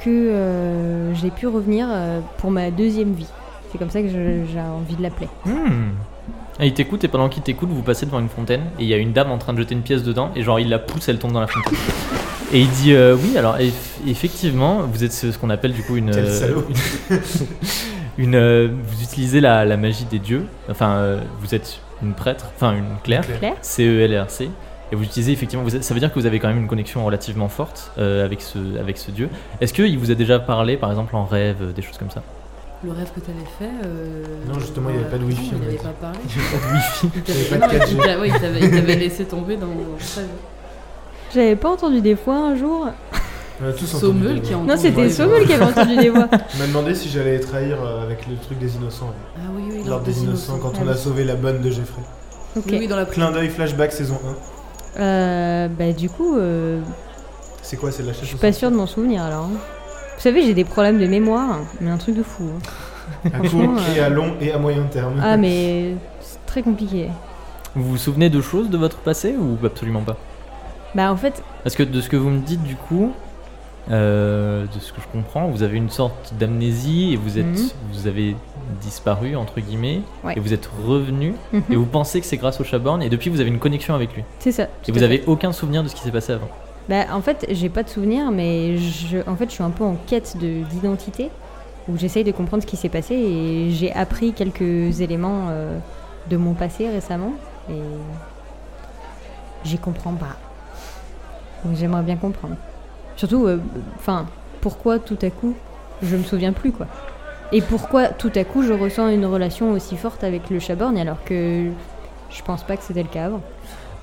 B: que euh, j'ai pu revenir euh, pour ma deuxième vie. C'est comme ça que je- j'ai envie de l'appeler.
D: Hmm. Et il t'écoute et pendant qu'il t'écoute, vous passez devant une fontaine et il y a une dame en train de jeter une pièce dedans et genre il la pousse, elle tombe dans la fontaine. Et il dit euh, oui alors eff- effectivement vous êtes ce, ce qu'on appelle du coup une
C: Quel
D: euh,
C: salaud.
D: une, une, euh, vous utilisez la, la magie des dieux enfin euh, vous êtes une prêtre enfin une clerc C E L R C et vous utilisez effectivement vous- ça veut dire que vous avez quand même une connexion relativement forte euh, avec ce avec ce dieu est-ce que il vous a déjà parlé par exemple en rêve euh, des choses comme ça
A: Le rêve que t'avais fait. euh,
C: Non, justement, il y avait pas de
A: non,
C: wifi,
A: Il
C: en
A: avait
C: fait.
A: pas parlé. Il
C: Il y
A: t'avait
C: avait pas
A: non,
C: de
A: il
C: 4G.
A: t'a- ouais, il t'avait- il t'avait laissé tomber dans. dans-
B: J'avais pas entendu des voix un jour.
C: On a tous entendu
A: Sommel
C: des
A: qui
C: voix.
A: entend.
B: Non, c'était
C: ouais,
B: Sommel qui avait entendu des voix.
C: Il m'a demandé si j'allais trahir euh, avec le truc des innocents.
A: Ah oui, oui,
C: L'ordre des innocents, quand
B: ah
C: on a
B: oui.
C: sauvé la bonne de Jeffrey.
B: Ok.
A: Oui, oui, dans la
C: Clin d'œil flashback saison
B: Euh, bah, du coup, euh,
C: 1. C'est quoi, c'est de la chasse
B: je suis pas sûre de m'en souvenir alors. hein. Vous savez, j'ai des problèmes de mémoire, hein, mais un truc de fou. hein.
C: À court
B: Franchement,
A: euh,
C: et à long et à moyen terme.
B: Ah, mais c'est très compliqué.
D: vous vous souvenez de choses de votre passé ou absolument pas
B: Bah, en fait,
D: Parce que de ce que vous me dites, du coup, euh, de ce que je comprends, vous avez une sorte d'amnésie et vous êtes,
B: Mhm.
D: vous avez disparu entre guillemets
B: Ouais.
D: et vous êtes revenu
B: mhm,
D: et vous pensez que c'est grâce au Chaborn et depuis vous avez une connexion avec lui
B: c'est ça.
D: et
B: tout
D: vous
B: à fait.
D: avez aucun souvenir de ce qui s'est passé avant.
B: Bah, en fait, j'ai pas de souvenir, mais je, en fait, je suis un peu en quête de- d'identité, où j'essaye de comprendre ce qui s'est passé, et j'ai appris quelques éléments euh, de mon passé récemment, et j'y comprends pas. Donc j'aimerais bien comprendre. Surtout, euh, enfin, pourquoi tout à coup, je me souviens plus, quoi. Et pourquoi tout à coup, je ressens une relation aussi forte avec le Chaborgne, alors que je pense pas que c'était le cas avant.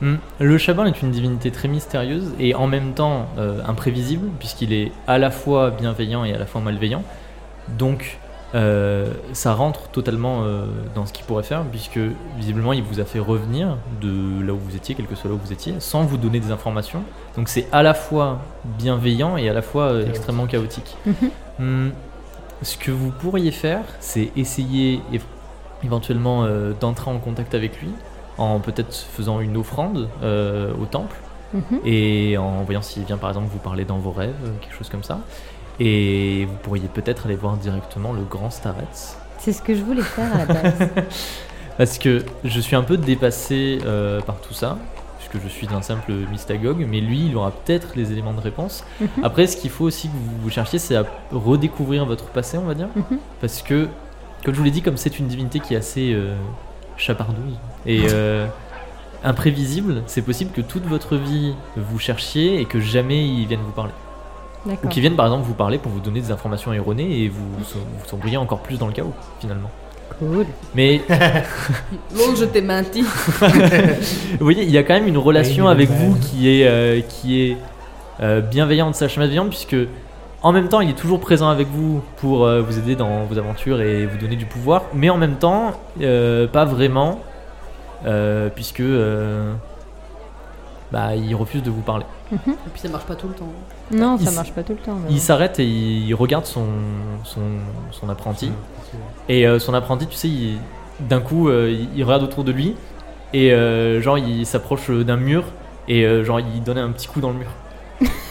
D: Hmm. Le Chaban est une divinité très mystérieuse et en même temps euh, imprévisible, puisqu'il est à la fois bienveillant et à la fois malveillant. Donc, euh, ça rentre totalement euh, dans ce qu'il pourrait faire, puisque visiblement il vous a fait revenir de là où vous étiez, quel que soit là où vous étiez, sans vous donner des informations. Donc, c'est à la fois bienveillant et à la fois euh,
C: Chaotique.
D: extrêmement chaotique.
B: Mhm.
D: Hmm. Ce que vous pourriez faire, c'est essayer év- éventuellement euh, d'entrer en contact avec lui en peut-être faisant une offrande euh, au temple
B: Mhm.
D: et en voyant s'il vient par exemple vous parler dans vos rêves, euh, quelque chose comme ça. Et vous pourriez peut-être aller voir directement le grand Starets.
B: C'est ce que je voulais faire à la base.
D: Parce que je suis un peu dépassé euh, par tout ça, puisque je suis d'un simple mystagogue, mais lui, il aura peut-être les éléments de réponse.
B: Mhm.
D: Après, ce qu'il faut aussi que vous cherchiez, c'est à redécouvrir votre passé, on va dire.
B: Mhm.
D: Parce que, comme je vous l'ai dit, comme c'est une divinité qui est assez euh, chapardouille et euh, imprévisible, c'est possible que toute votre vie vous cherchiez et que jamais il vienne vous parler. Ou
B: D'accord.
D: qu'il vienne par exemple vous parler pour vous donner des informations erronées et vous, vous sombriez encore plus dans le chaos finalement.
B: Cool.
D: Mais
A: L'autre, je t'ai menti.
D: vous voyez, il y a quand même une relation
C: Oui,
D: avec
C: mais-
D: vous qui est, euh, qui est euh, bienveillante, slash malveillante, puisque en même temps, il est toujours présent avec vous pour euh, vous aider dans vos aventures et vous donner du pouvoir, mais en même temps, euh, pas vraiment, euh, puisque euh, bah, il refuse de vous parler.
A: Et puis ça marche pas tout le temps.
B: Mhm. Non,
D: Il
B: ça
D: s-
B: marche pas tout le temps. mais
D: Il s'arrête et il regarde son, son, son apprenti. Et euh, son apprenti, tu sais, il- d'un coup, euh, il, il regarde autour de lui et euh, genre il s'approche euh, d'un mur et euh, genre il donne un petit coup dans le mur.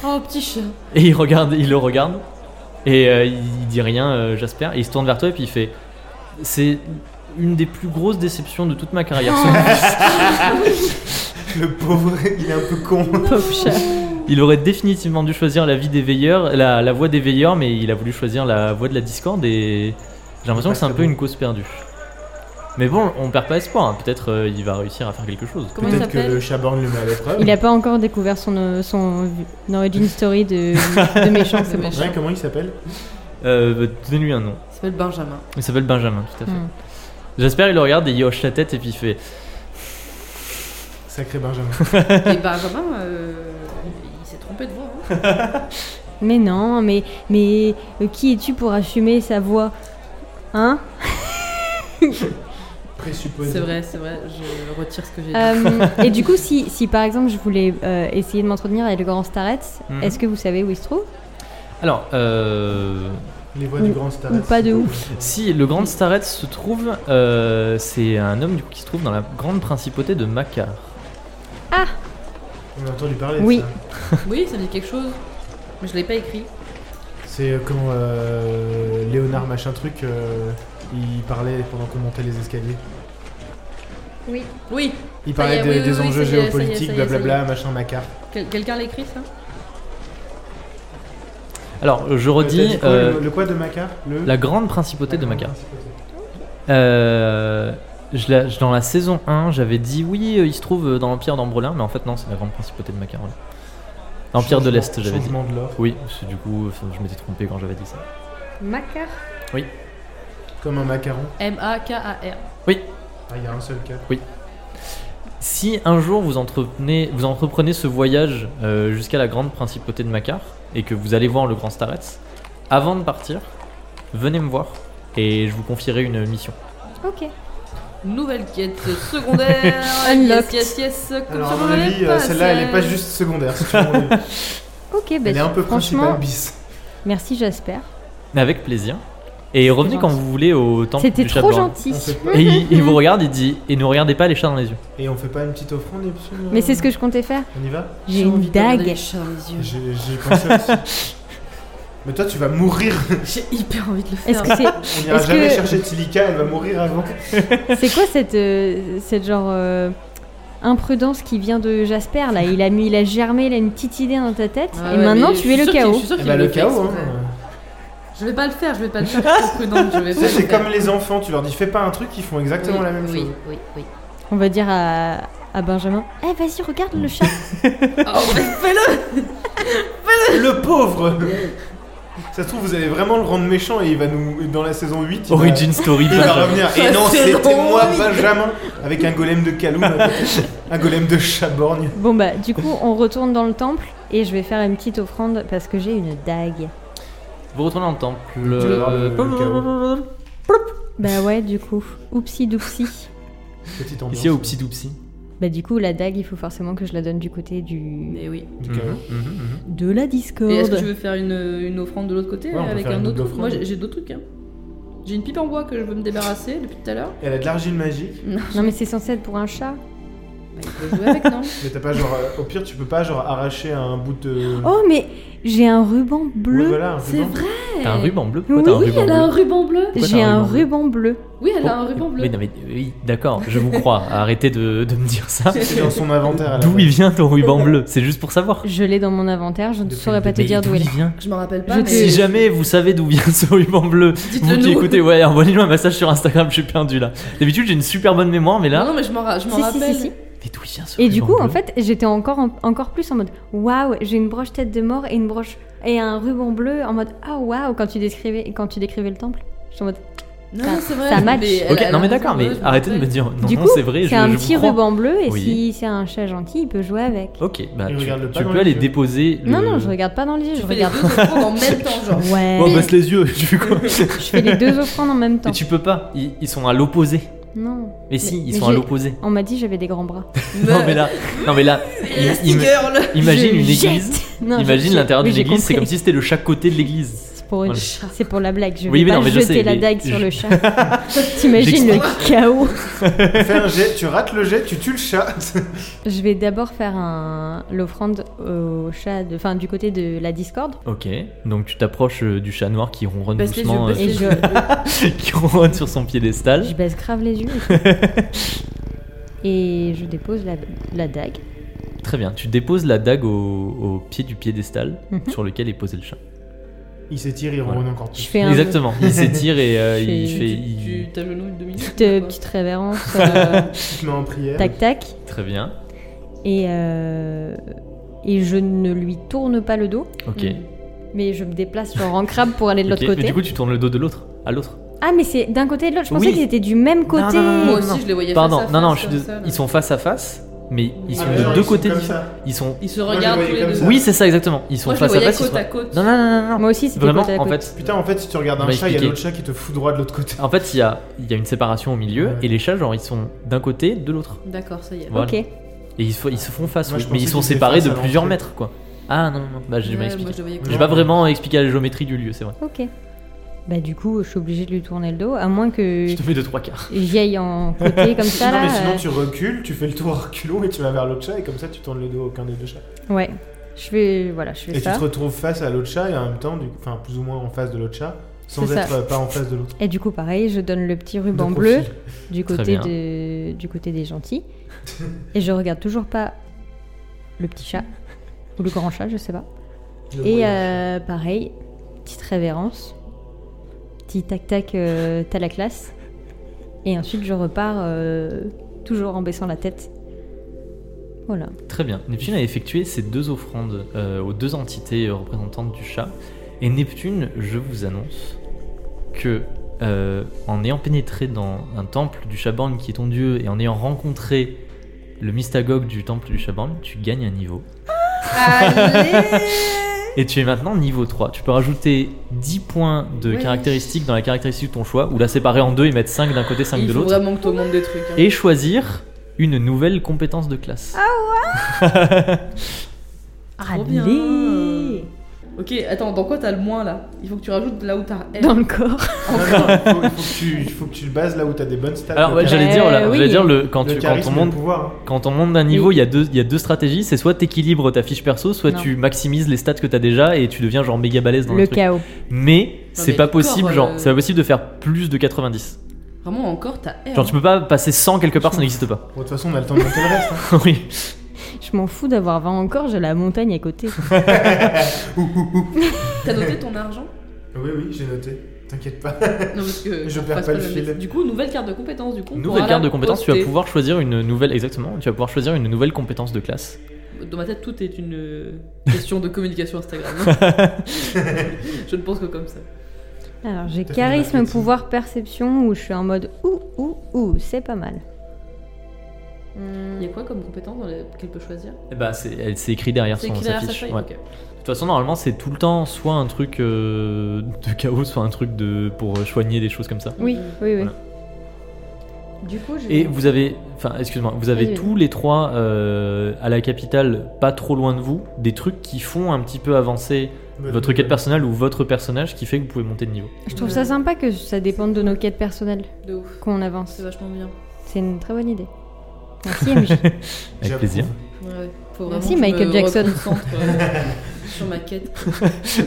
A: Oh, petit chien.
D: Et il regarde, il le regarde et euh, il, il dit rien, euh, Jasper. Et il se tourne vers toi et puis il fait, c'est une des plus grosses déceptions de toute ma carrière.
C: Le pauvre, il est un peu con.
B: Pauvre chat.
D: il aurait définitivement dû choisir la vie des veilleurs, la, la voie des veilleurs, mais il a voulu choisir la voie de la discorde et j'ai l'impression que c'est un peu une cause perdue. Mais bon, on perd pas espoir. hein. Peut-être euh, il va réussir à faire quelque chose.
A: Comment il
C: Peut-être que le
A: s'appelle
C: Chaborn le met à l'épreuve.
B: Il a pas encore découvert son, euh, son origin story de, de méchant, c'est
A: De
B: bon.
A: méchant.
C: Ouais, comment il s'appelle
D: Euh, bah, Donnez-lui un nom.
A: Il s'appelle Benjamin.
D: Il s'appelle Benjamin, tout à fait.
B: Hmm.
D: J'espère il le regarde et il hoche la tête et puis il fait
C: Sacré Benjamin.
A: Et Benjamin, euh, il s'est trompé de voix. hein.
B: Mais non, mais, mais euh, qui es-tu pour assumer sa voix Hein
C: Présupposé.
A: C'est vrai, c'est vrai. Je retire ce que j'ai dit.
B: Euh, Et du coup, si, si par exemple je voulais euh, essayer de m'entretenir avec le grand Starets,
D: Mhm.
B: est-ce que vous savez où il se trouve
D: Alors, euh,
C: Les voix du
B: Ou-
C: grand star.
B: ou pas de
C: ouf.
D: si le Grand Starret se trouve, euh, c'est un homme du coup, qui se trouve dans la grande principauté de Makar.
C: On a entendu parler
B: Oui.
C: de ça.
A: Oui, ça me dit quelque chose. Mais je l'ai pas écrit.
C: C'est euh, quand euh, Léonard machin truc, euh, il parlait pendant qu'on montait les escaliers.
A: Oui.
C: Il
A: Ça y est,
C: parlait des,
A: oui, oui,
C: des
A: oui,
C: enjeux
A: ça y est, ça y est, ça y
C: géopolitiques,
A: est, ça y est.
C: blablabla, machin macar.
A: Quel- Quelqu'un l'écrit ça
D: Alors, je
C: Euh, t'as
D: redis,
C: dit quoi,
D: euh,
C: le, le quoi de macar Le
D: la grande principauté de
C: grande
D: Makar.
C: principauté.
D: Euh, je la- je- dans la saison 1, j'avais dit oui, euh, il se trouve euh, dans l'Empire d'Ambrelin, mais en fait non, c'est la grande principauté de Makar. ouais. L'Empire de
C: Changement-
D: l'Est, j'avais dit.
C: Changement de l'or.
D: Oui, parce que du coup, enfin, je m'étais trompé quand j'avais dit ça.
B: Macar.
C: Comme un macaron.
A: M-A-K-A-R.
C: Ah, il y a un seul cas.
D: Si un jour vous entreprenez, vous entreprenez ce voyage euh, jusqu'à la grande principauté de Makar et que vous allez voir le grand Starets, avant de partir, venez me voir et je vous confierai une mission.
B: Ok.
A: Nouvelle quête secondaire. yes,
B: Unlocked.
A: yes, yes. Comme
C: Alors,
A: ça,
C: à
A: on
C: mon
A: l'avait
C: avis, euh,
A: pas,
C: celle-là, elle est pas
A: celle-
C: juste secondaire. si tu veux.
B: Ok, bah,
C: elle est un peu
B: franchement,
C: principale bis.
B: merci Jasper.
D: Mais Avec plaisir. Et revenez quand
B: gentil.
D: vous voulez au temple
B: C'était
D: du chat
B: trop
D: blanc.
B: gentil.
C: On fait pas-
D: Et il, il vous regarde, il dit et ne regardez pas les chats dans les yeux.
C: Et on fait pas une petite offrande, Neptune
B: Mais c'est ce que je comptais faire.
C: On y va
B: J'ai une
A: envie de regarder
B: dague.
A: les chats dans les yeux.
C: J'ai j'ai pensé aussi. Mais toi, tu vas mourir.
A: J'ai hyper envie de le faire.
B: Est-ce que c'est
C: On n'ira
B: Est-ce
C: jamais
B: que-
C: Eh chercher Tilika, elle va mourir avant.
B: C'est quoi cette, euh, cette genre euh, imprudence qui vient de Jasper là. Il a mis, il a germé, il a une petite idée dans ta tête.
A: Ah
B: et
A: ouais,
B: maintenant
A: mais je
B: tu
A: suis
B: es le
A: sûre qu'il-
B: chaos.
A: je suis sûre
C: Eh
A: qu'il
C: bah,
A: le
C: le
A: fait
C: chaos,
A: exprès.
C: hein.
A: Je vais pas le faire, je vais pas le faire, je suis trop prudente, je vais
C: Tu
A: pas
C: sais,
A: le
C: c'est
A: faire.
C: comme les enfants, tu leur dis fais pas un truc, ils font exactement
E: Oui,
C: la même
E: oui,
C: chose.
E: Oui, oui,
B: On va dire à, à Benjamin. Eh vas-y regarde le chat.
A: Oh, mais fais-le
C: Le pauvre Ça se trouve, vous allez vraiment le rendre méchant et il va nous. Dans la saison 8, il va-
D: Origin Story.
C: il va
D: Benjamin.
C: revenir. Et
A: La
C: non,
A: saison
C: c'était moi,
A: 8.
C: Benjamin Avec un golem de Kaloum, à côté. un golem de Chaborgne.
B: Bon bah du coup on retourne dans le temple et je vais faire une petite offrande parce que j'ai une dague.
D: Vous retournez dans le temple.
C: Le-
D: euh,
B: Bah ouais du coup. Oupsi doupsi.
C: Petite ambiance.
D: Ici au Psy Doupsi.
B: Bah du coup la dague il faut forcément que je la donne du côté du
A: Mais oui.
C: Du
D: Mhm,
C: chaos.
D: euh,
B: de la
A: Et est-ce que tu
B: discorde.
A: veux faire une, une offrande de l'autre côté
C: Ouais, on peut
A: avec
C: faire
A: un
C: une
A: autre
C: double
A: truc Moi
C: offrande.
A: j'ai j'ai d'autres trucs. Hein. J'ai une pipe en bois que je veux me débarrasser depuis tout à l'heure.
C: Elle a de l'argile magique,
B: Non mais c'est censé être pour un chat.
A: Bah, il faut jouer avec, non
C: mais t'as pas genre. euh, Au pire, tu peux pas genre arracher un bout de.
B: Oh mais j'ai un ruban
C: Ouais,
B: bleu.
C: voilà, un
A: C'est
C: ruban.
A: vrai
D: T'as un ruban bleu Pourquoi
B: Oui,
D: t'as un
A: Oui,
D: ruban
A: elle a un
D: bleu
A: ruban bleu
D: Pourquoi
B: J'ai
D: t'as un
B: un
D: ruban
B: ruban bleu.
A: Oui, elle a un ruban bleu.
D: Oh, Oui, non, mais euh, oui, d'accord, je vous crois. Arrêtez de, de me dire ça.
C: C'est dans son inventaire. à la
D: D'où
C: base.
D: il vient ton ruban bleu C'est juste pour savoir.
B: Je l'ai dans mon inventaire, je ne
C: Depuis
B: saurais
C: le
B: pas te
D: Mais
B: dire d'où il
D: il
B: est.
D: vient
A: Je m'en rappelle
B: Je
A: pas. mais...
B: te-
D: Si jamais vous savez d'où vient ce ruban bleu, vous qui
A: Dites-le-nous.
D: écoutez, ouais, envoyez-nous un message sur Instagram, je suis perdu là. D'habitude, j'ai une super bonne mémoire, mais
A: Non,
D: là.
A: non, mais je m'en ra- je m'en
B: Si, si,
A: rappelle.
B: si, si.
D: Mais d'où il vient ce
B: Et du
D: ruban
B: coup, en
D: bleu
B: fait, j'étais encore, en- encore plus en mode waouh, j'ai une broche tête de mort et une broche et un ruban bleu en mode ah waouh quand tu décrivais quand tu décrivais le temple. Je suis en mode
A: Non,
B: Ça-
A: non, c'est vrai.
B: ça match.
A: mais elle
D: Ok,
A: a- elle
D: non,
A: a
D: mais
A: un
D: d'accord,
A: ruban
D: mais
A: bleu, je m'en
D: arrêtez de me
A: rappelle.
D: dire. Non,
B: euh, Du
D: non,
B: coup,
D: c'est vrai,
B: c'est
D: je,
B: un
D: je
B: petit
D: vous crois.
B: ruban bleu et
D: Oui.
B: si c'est un chat gentil, il peut jouer avec.
D: Ok, bah
C: Il
D: tu,
C: regarde le pas
D: tu
C: dans
D: peux
C: les
D: aller
C: yeux.
D: déposer.
B: Non
D: le-
B: non, je regarde pas dans les yeux,
A: Tu
B: je
A: fais les
B: regarde.
A: deux offrandes en même temps, genre.
B: Ouais.
D: Oh, baisse les yeux, tu fais quoi
B: Je fais les deux offrandes en même temps.
D: Et tu peux pas, ils, ils sont à l'opposé.
B: Non.
D: Mais si,
B: Mais-
D: ils
B: mais
D: sont à
B: j'ai-
D: l'opposé.
B: On m'a dit j'avais des grands bras.
D: Non mais là, non mais là, im- im-
A: Girl
D: imagine
B: Je
D: une
B: jette.
D: église.
B: Non, je-
D: Imagine
B: je-
D: l'intérieur
B: oui,
D: d'une
B: j'ai
D: église,
B: compris.
D: c'est comme si c'était le chat côté de l'église.
B: C'est pour, une-
D: Voilà.
B: c'est pour la blague, je vais
D: Oui, mais
B: pas
D: non, mais je
B: jeter
D: sais,
B: la
D: mais
B: dague sur
D: je-
B: le chat. T'imagines le chaos
C: Fais un jet, tu rates le jet, tu tues le chat.
B: Je vais d'abord faire un... l'offrande au chat, de... enfin du côté de la discorde.
D: Ok, donc tu t'approches euh, du chat noir qui ronronne
A: Baisse les yeux,
D: doucement,
A: baisse
D: euh,
B: Et
A: les
B: je,
A: yeux.
D: qui ronronne sur son piédestal.
B: je baisse grave les yeux. Et je dépose la, la dague.
D: Très bien, tu déposes la dague au, au pied du piédestal
B: Mhm.
D: sur lequel est posé le chat.
C: Il s'étire, il
D: Voilà.
C: ronronne encore plus.
B: Je fais un
D: Exactement, il s'étire et euh,
B: Je fais-
D: il
B: tu-
D: fait.
A: Tu-
D: il-
A: Tu t'agenouilles deux minutes.
B: petite, euh, petite révérence. euh,
C: Tu te mets en prière.
B: tac tac.
D: Très bien,
B: Et, euh, Et je ne lui tourne pas le dos,
D: ok.
B: mais je me déplace genre en crabe pour aller de
D: Ok,
B: l'autre
D: Mais
B: côté.
D: du coup, tu tournes le dos de l'autre, à l'autre.
B: Ah, mais c'est d'un côté et de l'autre. Je
D: Oui.
B: pensais qu'ils étaient du même côté.
D: non, non,
A: Moi
D: non,
A: aussi, je les voyais
D: Pardon,
A: face à
D: non, non,
A: face
D: je suis
A: comme
D: dés-
A: ça, là.
D: ils sont face à face, mais ils sont
C: Ah, mais
D: de
C: genre,
D: deux
C: ils sont
D: côtés
C: comme
D: différents.
C: ça.
D: Ils sont.
A: Ils se
C: Moi, je les
A: regardent tous
C: voyais
A: les
C: comme
A: deux.
C: ça.
D: Oui, c'est ça exactement. Ils sont
A: Moi, je les
D: face à
A: voyais
D: face. ils
A: côte
D: sont-
A: à côte.
D: Non, non, non, non, non.
B: Moi aussi, c'était
D: Vraiment,
B: côté à
D: en
B: côté.
D: fait,
C: Putain, en fait, si tu regardes
D: On
C: un
D: va
C: chat, il y a
D: expliquer.
C: l'autre chat qui te fout droit de l'autre côté.
D: en fait, il y a, il y a une séparation au milieu
C: Ouais.
D: et les chats, genre, ils sont d'un côté, de l'autre.
A: D'accord, ça y est.
D: Voilà.
B: Ok.
D: Et ils se, ils se font face,
C: Moi,
D: oui,
C: je
D: mais ils
C: pensais
D: sont
C: qu'ils étaient
D: séparés
C: face
D: de
C: à
D: plusieurs
C: l'entrée.
D: mètres, quoi. Ah non, non, bah, j'ai
A: Ouais, moi,
D: mal
A: je
D: expliqué.
A: les voyais comme
D: J'ai
C: Non.
D: pas vraiment expliqué la géométrie du lieu, c'est vrai.
B: Ok. Bah du coup, je suis obligée de lui tourner le dos, à moins que
D: Je te fais deux trois quarts.
B: j'aille en côté comme ça
C: non,
B: là.
C: mais sinon,
B: euh,
C: tu recules, tu fais le tour à reculons et tu vas vers l'autre chat, et comme ça, tu tournes le dos à aucun des deux chats.
B: Ouais. Je fais voilà, je fais
C: Et tu
B: ça.
C: te retrouves face à l'autre chat, et en même temps, du... enfin, plus ou moins en face de l'autre chat, sans
B: C'est ça.
C: être euh, pas en face de l'autre.
B: Et du coup, pareil, je donne le petit
C: De
B: ruban bleu
C: profil.
B: du
D: Très
B: côté
D: bien.
B: de du côté des gentils. Et je regarde toujours pas le petit chat ou le grand chat, je sais pas.
C: Le
B: Et
C: voyage.
B: euh, pareil, petite révérence, petit tac tac, euh, t'as la classe. Et ensuite, je repars euh, toujours en baissant la tête. Voilà.
D: Très bien. Neptune a effectué ces deux offrandes euh, aux deux entités euh, représentantes du chat. Et Neptune, je vous annonce que euh, en ayant pénétré dans un temple du Shaborn qui est ton dieu et en ayant rencontré le mystagogue du temple du Shaborn, tu gagnes un niveau. Et tu es maintenant niveau 3. Tu peux rajouter 10 points de
A: Ouais.
D: caractéristiques dans la caractéristique de ton choix ou la séparer en deux et mettre 5 d'un côté, 5
A: Il
D: de
A: faut
D: l'autre.
A: vraiment que tu augmentes des trucs. hein.
D: et choisir une nouvelle compétence de classe.
A: Trop bien.
B: Allez
A: Ok, attends, dans quoi t'as le moins là Il faut que tu rajoutes là où t'as R.
B: Dans le corps.
C: Non, non, il faut, il faut que tu, il faut que tu le bases là où t'as des bonnes stats.
D: Alors
C: Le
D: ouais,
C: char-
D: j'allais dire, voilà,
A: Eh
B: oui.
D: j'allais dire le, quand,
C: le
D: tu, quand,
C: charisme
D: on
C: et le
D: monte,
C: pouvoir. hein.
D: quand on monte d'un niveau, il y, a deux- il y a deux stratégies, c'est soit t'équilibres ta fiche perso, soit
B: Non.
D: tu maximises les stats que t'as déjà et tu deviens genre méga balèze dans le,
B: Le
D: truc.
B: chaos.
D: Mais c'est
A: mais
D: pas
A: le corps,
D: possible, genre,
A: euh,
D: c'est pas possible de faire plus de 90.
A: Vraiment encore ta haine.
D: Genre, tu peux pas passer 100 quelque part, ça n'existe pas.
C: Bon, de toute façon, on a le temps de monter le reste. hein.
D: oui.
B: Je m'en fous d'avoir 20 encore, j'ai la montagne à côté.
A: T'as noté ton argent
C: Oui, oui, j'ai noté. T'inquiète pas.
A: Non, parce que
C: Je
A: on
C: perds
A: repasse
C: pas le
A: même-
C: fil.
A: Du coup, nouvelle carte de compétence. Du coup, on
D: Nouvelle
A: pourra
D: carte
A: la
D: de compétences, tu vas
A: poster.
D: pouvoir choisir une nouvelle. Exactement, tu vas pouvoir choisir une nouvelle compétence de classe.
A: Dans ma tête, tout est une euh, question de communication Instagram. je ne pense que comme ça.
B: Alors, j'ai
C: T'as fait du
B: charisme,
C: marketing.
B: pouvoir, perception, où je suis en mode ouh, ouh, ouh, c'est pas mal. Hmm,
A: Il y a quoi comme compétence dans les- qu'elle peut choisir
D: Eh ben, c'est- elle s'est écrite derrière
A: C'est
D: son
A: écrit
D: sa
A: derrière sa
D: fiche.
A: feuille
D: Ouais.
A: ok.
D: De toute façon, normalement, c'est tout le temps soit un truc euh, de chaos, soit un truc de pour soigner des choses comme ça.
B: Oui, oui, oui.
D: Voilà.
B: Du coup, je...
D: Et vous avez, enfin, excuse-moi, vous avez
B: Vas-y, vas-y.
D: tous les trois euh, à la capitale, pas trop loin de vous, des trucs qui font un petit peu avancer votre quête personnelle ou votre personnage qui fait que vous pouvez monter de niveau.
B: je trouve ça sympa que ça dépende de nos quêtes personnelles
A: De ouf.
B: qu'on avance.
A: C'est vachement bien.
B: C'est une très bonne idée. Merci, MJ.
D: Avec plaisir.
A: Ouais, faut vraiment
B: Merci,
A: que je
B: Michael
A: me
B: Jackson.
A: reconcentre, euh, sur ma quête.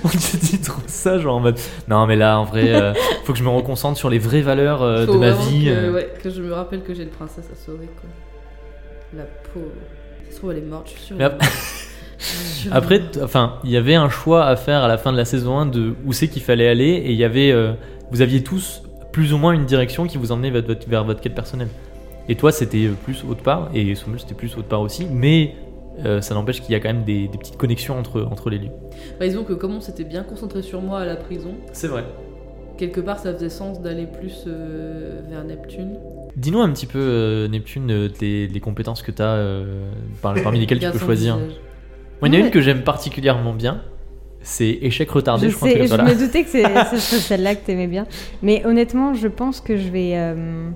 D: On te dit trop ça, genre en mode. Non, mais là, en vrai, euh, faut que je me reconcentre sur les vraies valeurs euh,
A: Faut
D: de ma
A: vraiment
D: vie.
A: Que,
D: euh.
A: ouais, que je me rappelle que j'ai une princesse à sauver, quoi. La pauvre. Ça se trouve, elle est morte, je suis sûre.
D: Mais ap- Après, t- enfin, il y avait un choix à faire à la fin de la saison 1 de où c'est qu'il fallait aller, et il y avait, euh, vous aviez tous plus ou moins une direction qui vous emmenait vers votre, vers votre quête personnelle. Et toi, c'était euh, plus autre part, et Sommel, c'était plus autre part aussi, mais euh, ça n'empêche qu'il y a quand même des, des petites connexions entre, entre les lieux.
A: Bah, disons que comme on s'était bien concentré sur moi à la prison,
D: C'est vrai.
A: quelque part ça faisait sens d'aller plus euh, vers Neptune.
D: Dis-nous un petit peu, euh, Neptune, euh, les, les compétences que tu as, parmi lesquelles tu
A: Garçon
D: peux choisir.
A: visage.
D: Moi, il y en a
B: Ouais.
D: une que j'aime particulièrement bien, c'est échec retardé,
B: je
D: je, crois.
B: sais,
D: que-
B: je
D: voilà.
B: me doutais que c'est ce serait celle-là que t'aimais bien. Mais honnêtement, je pense que je vais, euh,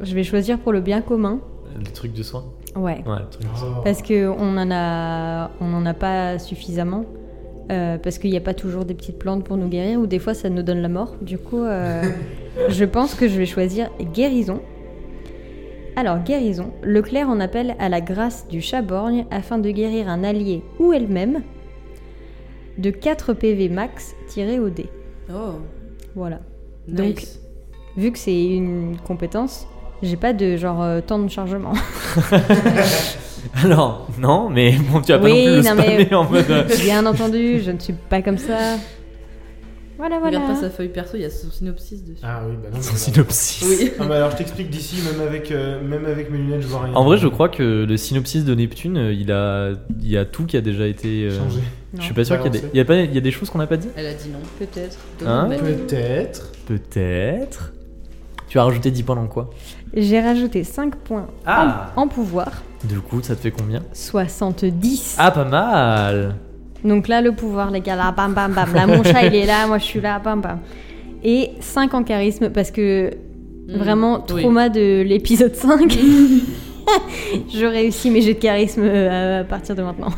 B: je vais choisir pour le bien commun.
D: Le truc de soin.
B: Ouais.
D: Ouais, le truc de soin.
C: Oh.
B: Parce que on en a, on en a pas suffisamment. euh, parce qu'il n'y a pas toujours des petites plantes pour nous guérir, ou des fois ça nous donne la mort. Du coup, euh, je pense que je vais choisir guérison. Alors, guérison, le clerc en appelle à la grâce du chat borgne afin de guérir un allié ou elle-même de 4 PV max tirés au dé.
A: Oh,
B: Voilà. Donc-
A: nice.
B: Vu que c'est une compétence, j'ai pas de genre euh, temps de chargement.
D: Alors, non, mais bon, tu as
B: Oui,
D: pas
B: non,
D: non plus le spammer
B: mais-
D: en mode. euh,
B: Bien entendu, je ne suis pas comme ça. Voilà, voilà.
A: Regarde pas sa feuille perso, il y a son synopsis dessus.
C: Ah oui, bah non. mais
D: Son
C: alors-
D: synopsis.
A: Oui.
C: Ah, bah alors je t'explique d'ici, même avec, euh, même avec mes lunettes, je vois rien.
D: En vrai, je crois que le synopsis de Neptune, euh, il a, il y a tout qui a déjà été. euh,
C: Changer.
D: Je suis pas sûr qu'il y a des.
C: Balancé.
D: Il y a, pas, il y a des choses qu'on n'a pas dit
A: Elle a dit non. bah, Peut-être.
D: Hein
C: Peut-être.
D: Peut-être. Tu as rajouté 10 points dans quoi
B: J'ai rajouté 5 points
D: Ah.
B: en, en pouvoir,
D: Du coup, ça te fait combien
B: 70.
D: Ah, pas mal
B: Donc là, le pouvoir, les gars, là, bam, bam, bam. Là, mon chat, il est là, moi, je suis là, bam, bam. Et 5 en charisme, parce que
D: Mm.
B: Mm. vraiment, trauma de l'épisode 5. je réussis mes jeux de charisme euh, à partir de maintenant.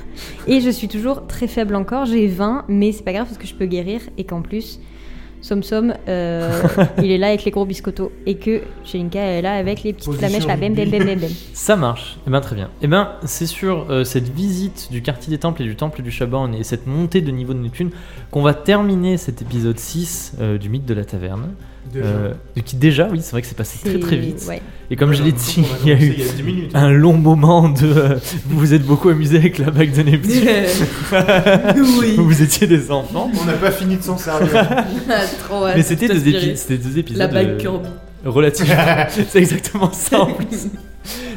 B: Et je suis toujours très faible encore, j'ai 20, mais c'est pas grave parce que je peux guérir et qu'en plus, Somme Somme, euh, il est là avec les gros biscottos et que Chelinka est là avec les petites
C: Position
B: flamèches là, bam, bam, bam, bam, bam.
D: Ça marche. Eh ben, très bien. Eh ben, c'est sur euh, cette visite du quartier des temples et du temple du Chaborn et cette montée de niveau de Neptune qu'on va terminer cet épisode 6 euh, du mythe de la taverne.
C: Déjà.
D: Euh, de qui déjà, oui, c'est vrai que c'est passé très très vite.
B: Ouais.
D: Et comme je l'ai
C: J'ai
D: dit,
C: l'impression qu'on
D: il y a
C: commencé
D: eu
C: Il y a 10 minutes.
D: un long moment de. euh, vous vous êtes beaucoup amusé avec la bague de Neptune.
A: oui.
D: vous étiez des enfants.
C: On n'a pas fini de s'en servir.
A: Ah, Trop hâte.
D: Mais c'était
A: de
D: deux,
A: t'inspirer.
D: épi- c'était deux épisodes.
A: La bague
D: euh,
A: Kirby.
D: relativement. c'est exactement ça en plus.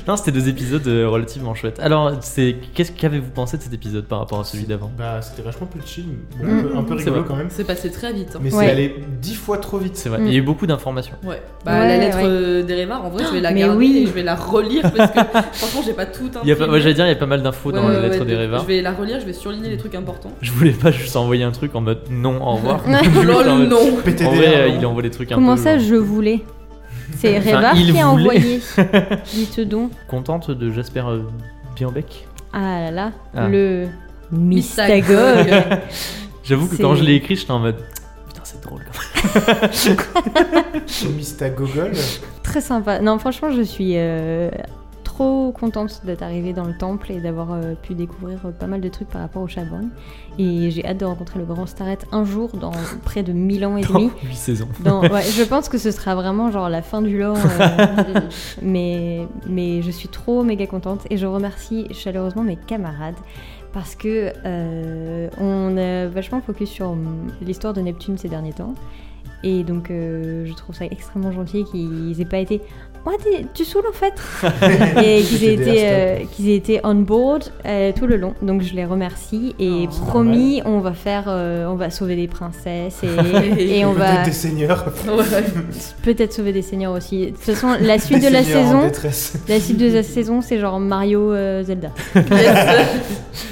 D: Non, c'était deux épisodes euh, relativement chouettes. Alors, c'est qu'est-ce qu'avez-vous pensé de cet épisode par rapport à celui d'avant
C: bah, c'était vachement plus chill. Bon,
B: Mm.
C: un, peu, un peu
D: C'est
C: rigolo
D: vrai.
C: quand même.
A: C'est passé très vite. hein.
C: Mais
B: Ouais.
C: c'est allé 10 fois trop vite.
D: C'est vrai,
B: Mm.
A: Hmm.
D: il y a eu beaucoup d'informations.
A: Ouais. Bah,
B: Ouais,
A: la lettre
B: ouais.
A: euh, d'Ereva, en vrai, je vais la
B: Mais
A: garder
B: oui.
A: et je vais la relire parce que franchement, j'ai pas tout
D: Il y a pas- ouais,
A: imprimé.
D: j'allais dire, il y a pas mal d'infos
A: Ouais,
D: dans
A: ouais,
D: les lettres
A: ouais,
D: des
A: donc,
D: rêveurs.
A: Je vais la relire, je vais surligner les trucs importants.
D: Je voulais pas juste envoyer un truc en mode non, au revoir. En
A: Lol,
D: mode-
A: Oh non
C: PTDR.
D: En vrai, euh,
C: non
D: il envoie des trucs un
B: Comment
D: peu.
B: ça, je voulais C'est
D: Enfin,
B: Reva
D: il
B: qui a
D: voulait.
B: envoyé. Dites donc.
D: Contente de Jasper euh, Bienbeck
B: Ah là là,
D: Ah.
B: le
A: Mystagogue.
B: Mystagogue.
D: J'avoue que
B: C'est-
D: quand je l'ai écrit, j'étais en mode putain, c'est drôle. quand même.
C: Chimiste à gogol.
B: Très sympa. Non, franchement, je suis euh, trop contente d'être arrivée dans le temple et d'avoir euh, pu découvrir euh, pas mal de trucs par rapport au Chaborn. Et j'ai hâte de rencontrer le grand Starret un jour dans près de 1000 ans et demi.
D: 8 saisons.
B: Dans- ouais, je pense que ce sera vraiment genre la fin du lore. euh, mais, mais je suis trop méga contente et je remercie chaleureusement mes camarades parce que euh, on a vachement focus sur hum, l'histoire de Neptune ces derniers temps. Et donc euh, je trouve ça extrêmement gentil qu'ils aient pas été. Ouais, t'es- tu saoules en fait Et qu'ils aient, été, euh, qu'ils aient été on board euh, tout le long. Donc je les remercie et
A: Oh, c'est
B: promis, on va faire. euh, on va sauver des princesses et, et on va.
C: Peut-être des seigneurs.
A: Ouais.
B: Peut-être sauver des seigneurs aussi. De toute façon, la suite de la
C: Des seigneurs en
B: saison,
C: détresse.
B: la suite de la saison, c'est genre Mario euh, Zelda.
A: Yes.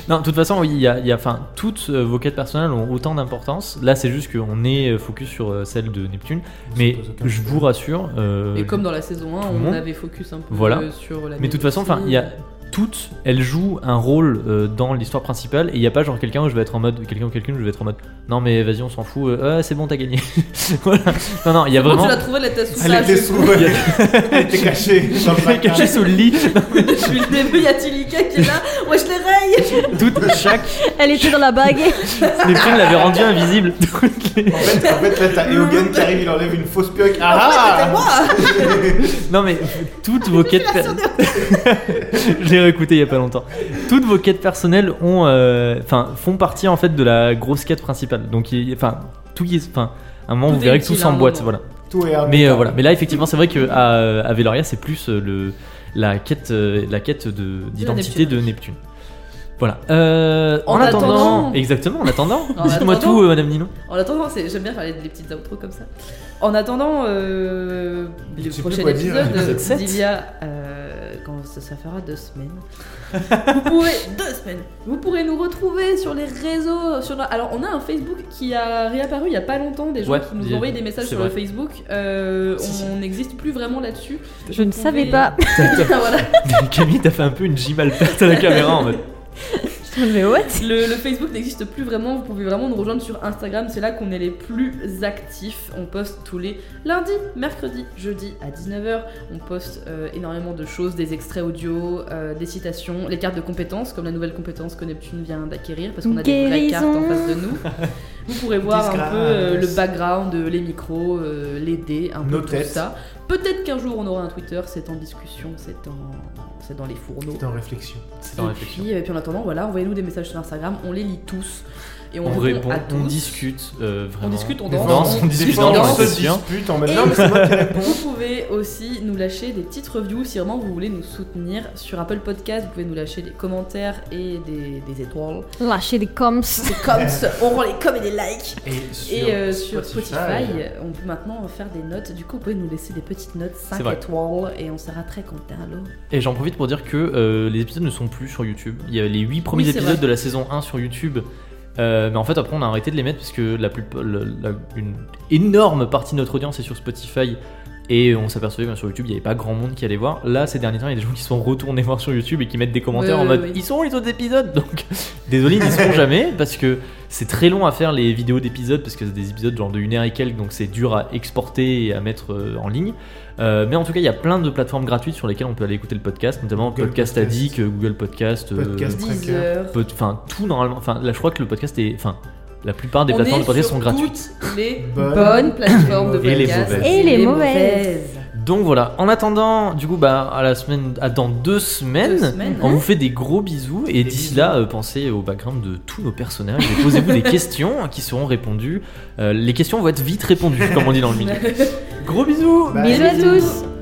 D: Non, de toute façon, oui, il y a, il y a- enfin, toutes euh, vos quêtes personnelles ont autant d'importance. Là, c'est juste qu'on est euh, focus sur euh, celle de Neptune. Mais
C: pose aucun
D: je vous
C: problème.
D: rassure. euh,
A: Et comme dans la saison 1,
D: le
A: on
D: monde.
A: avait focus un peu
D: Voilà.
A: euh, sur la
D: Mais de toute façon, enfin, il y a toutes, elles jouent un rôle euh, dans l'histoire principale. Et il n'y a pas genre quelqu'un où je vais être en mode, quelqu'un ou quelqu'une, où je vais être en mode, non mais vas-y, on s'en fout. euh, ah, c'est bon, t'as gagné. voilà. Non, non, il y a
A: C'est bon,
D: vraiment.
A: tu l'as trouvé la tasse sous
C: Elle
A: ça,
C: était
A: c'est
C: sous.
A: bon.
D: Il y a-
C: Elle était cachée. dans le placard.
D: Caché sous le lit,
A: Depuis le début, il y a Tilika qui est là. Ouais, je les raye.
D: toutes, chaque,
B: Elle était dans la bague.
D: Neptune l'avait rendu invisible. Toutes les-
C: En fait, en fait, là, t'as Eogan qui arrive, il enlève une fausse pioque.
A: C'était
C: Ah
A: moi.
D: Non mais toutes vos quêtes. per- Je l'ai réécouté il y a pas longtemps. Toutes vos quêtes personnelles ont, euh, enfin, font partie en fait de la grosse quête principale. Donc, il- enfin, tout qui, enfin, à un moment
A: Tout
D: vous
A: est
D: verrez que
A: utile hein,
D: tout
A: à un
D: s'emboîte,
A: moment.
D: voilà.
C: Tout est
D: Mais euh, voilà. Mais là, effectivement, c'est vrai que à, à Veloria, c'est plus euh, le la quête, euh, la quête de d'identité
A: Neptune.
D: de Neptune. Voilà. Euh, en,
A: En
D: attendant,
A: attendant.
D: exactement, en attendant.
A: En
D: Dites-moi
A: attendant.
D: tout, euh, Madame Ninon.
A: En attendant, c'est- j'aime bien faire les, les petites outros comme ça. En attendant, euh,
C: Je
A: le
C: sais
A: prochain
C: plus quoi dire.
A: épisode
D: Épisode hein, sept.
A: d'il y a. euh, quand ça, ça fera deux semaines. vous pourrez. Deux semaines Vous pourrez nous retrouver sur les réseaux. Sur la- alors, on a un Facebook qui a réapparu il y a pas longtemps, des gens
D: Ouais,
A: qui nous
D: j'ai-
A: envoyaient des messages
D: c'est
A: sur le
D: vrai.
A: Facebook. Euh,
D: Si, si.
A: on n'existe plus vraiment là-dessus.
B: Je ne
A: Vous
B: savais
A: pouvez-
B: pas.
A: Voilà.
D: Camille, t'as fait un peu une gym à la caméra en mode.
B: Mais what
A: Le, le Facebook n'existe plus vraiment, vous pouvez vraiment nous rejoindre sur Instagram, c'est là qu'on est les plus actifs. On poste tous les lundis, mercredis, jeudi à 19h. On poste euh, énormément de choses, des extraits audio, euh, des citations, les cartes de compétences, comme la nouvelle compétence que Neptune vient d'acquérir, parce qu'on a des vraies cartes en
B: Guérison.
A: face de nous. Vous pourrez voir un
C: Disgrâce.
A: peu euh, le background, euh, les micros, euh, les dés, un peu
C: Nos
A: tout
C: têtes.
A: ça. Peut-être qu'un jour on aura un Twitter, c'est en discussion, c'est en... c'est dans les fourneaux.
C: C'est en réflexion.
D: C'est en
A: Et
D: réflexion.
A: puis, et puis en attendant, voilà, envoyez-nous des messages sur Instagram, on les lit tous. Et on,
D: on
A: répond,
D: répond,
A: à tous.
D: on discute, euh,
A: On
D: vraiment.
A: discute, on
D: Des
A: danse,
D: danses,
A: on
D: on
C: Des
D: discute, hein.
A: on
C: fois, on
D: danse,
C: se
D: c'est sûr.
C: dispute en mode
A: Et-
C: non, mais c'est moi qui réponds.
A: Vous pouvez aussi nous lâcher des petites reviews si vraiment vous voulez nous soutenir. Sur Apple Podcast, vous pouvez nous lâcher des commentaires et des, des étoiles.
B: Lâcher des coms.
A: Des coms, on rend les coms et des likes.
C: Et sur,
A: Et euh, sur Spotify, on peut maintenant faire des notes. Du coup, vous pouvez nous laisser des petites notes, 5
D: vrai.
A: étoiles, et on sera très contents. L'eau.
D: Et j'en profite pour dire que euh, les épisodes ne sont plus sur YouTube. Il y a les 8 premiers
A: c'est
D: épisodes
A: vrai.
D: de la saison 1 sur YouTube. Euh, mais en fait, après, on a arrêté de les mettre parce que la plus, la- la- une énorme partie de notre audience est sur Spotify. Et on s'apercevait que sur YouTube, il n'y avait pas grand monde qui allait voir. Là, ces derniers temps, il y a des gens qui sont retournés voir sur YouTube et qui mettent des commentaires
A: Ouais,
D: en
A: ouais,
D: mode
A: ouais.
D: Ils sont où les autres épisodes Donc, désolé, ils n'y seront jamais parce que c'est très long à faire les vidéos d'épisodes parce que c'est des épisodes genre de une heure et quelques, donc c'est dur à exporter et à mettre euh, en ligne. Euh, mais en tout cas, il y a plein de plateformes gratuites sur lesquelles on peut aller écouter le podcast, notamment
C: Google
D: Podcast
C: Podcast.
D: Addict, euh, Google Podcast, euh,
C: Podcast. Très clair.
A: 10h.
D: peut- enfin tout normalement. Enfin, là, je crois que le podcast est, enfin, la plupart des
A: On
D: plateformes
A: est
D: de podcast
A: sur
D: sont gratuites.
A: toutes les
C: Bonnes.
A: bonnes plateformes de
D: Et les
A: podcast.
D: mauvaises.
B: Et les mauvaises.
D: Donc voilà. En attendant, du coup, bah à la semaine, à dans deux semaines,
A: Deux semaines,
D: on
A: hein.
D: vous fait des gros bisous et
C: Des
D: d'ici
C: bisous.
D: là, euh, pensez au background de tous nos personnages et posez-vous des questions qui seront répondues. Euh, les questions vont être vite répondues, comme on dit dans le milieu. Gros bisous.
C: Bye.
B: Bisous à tous.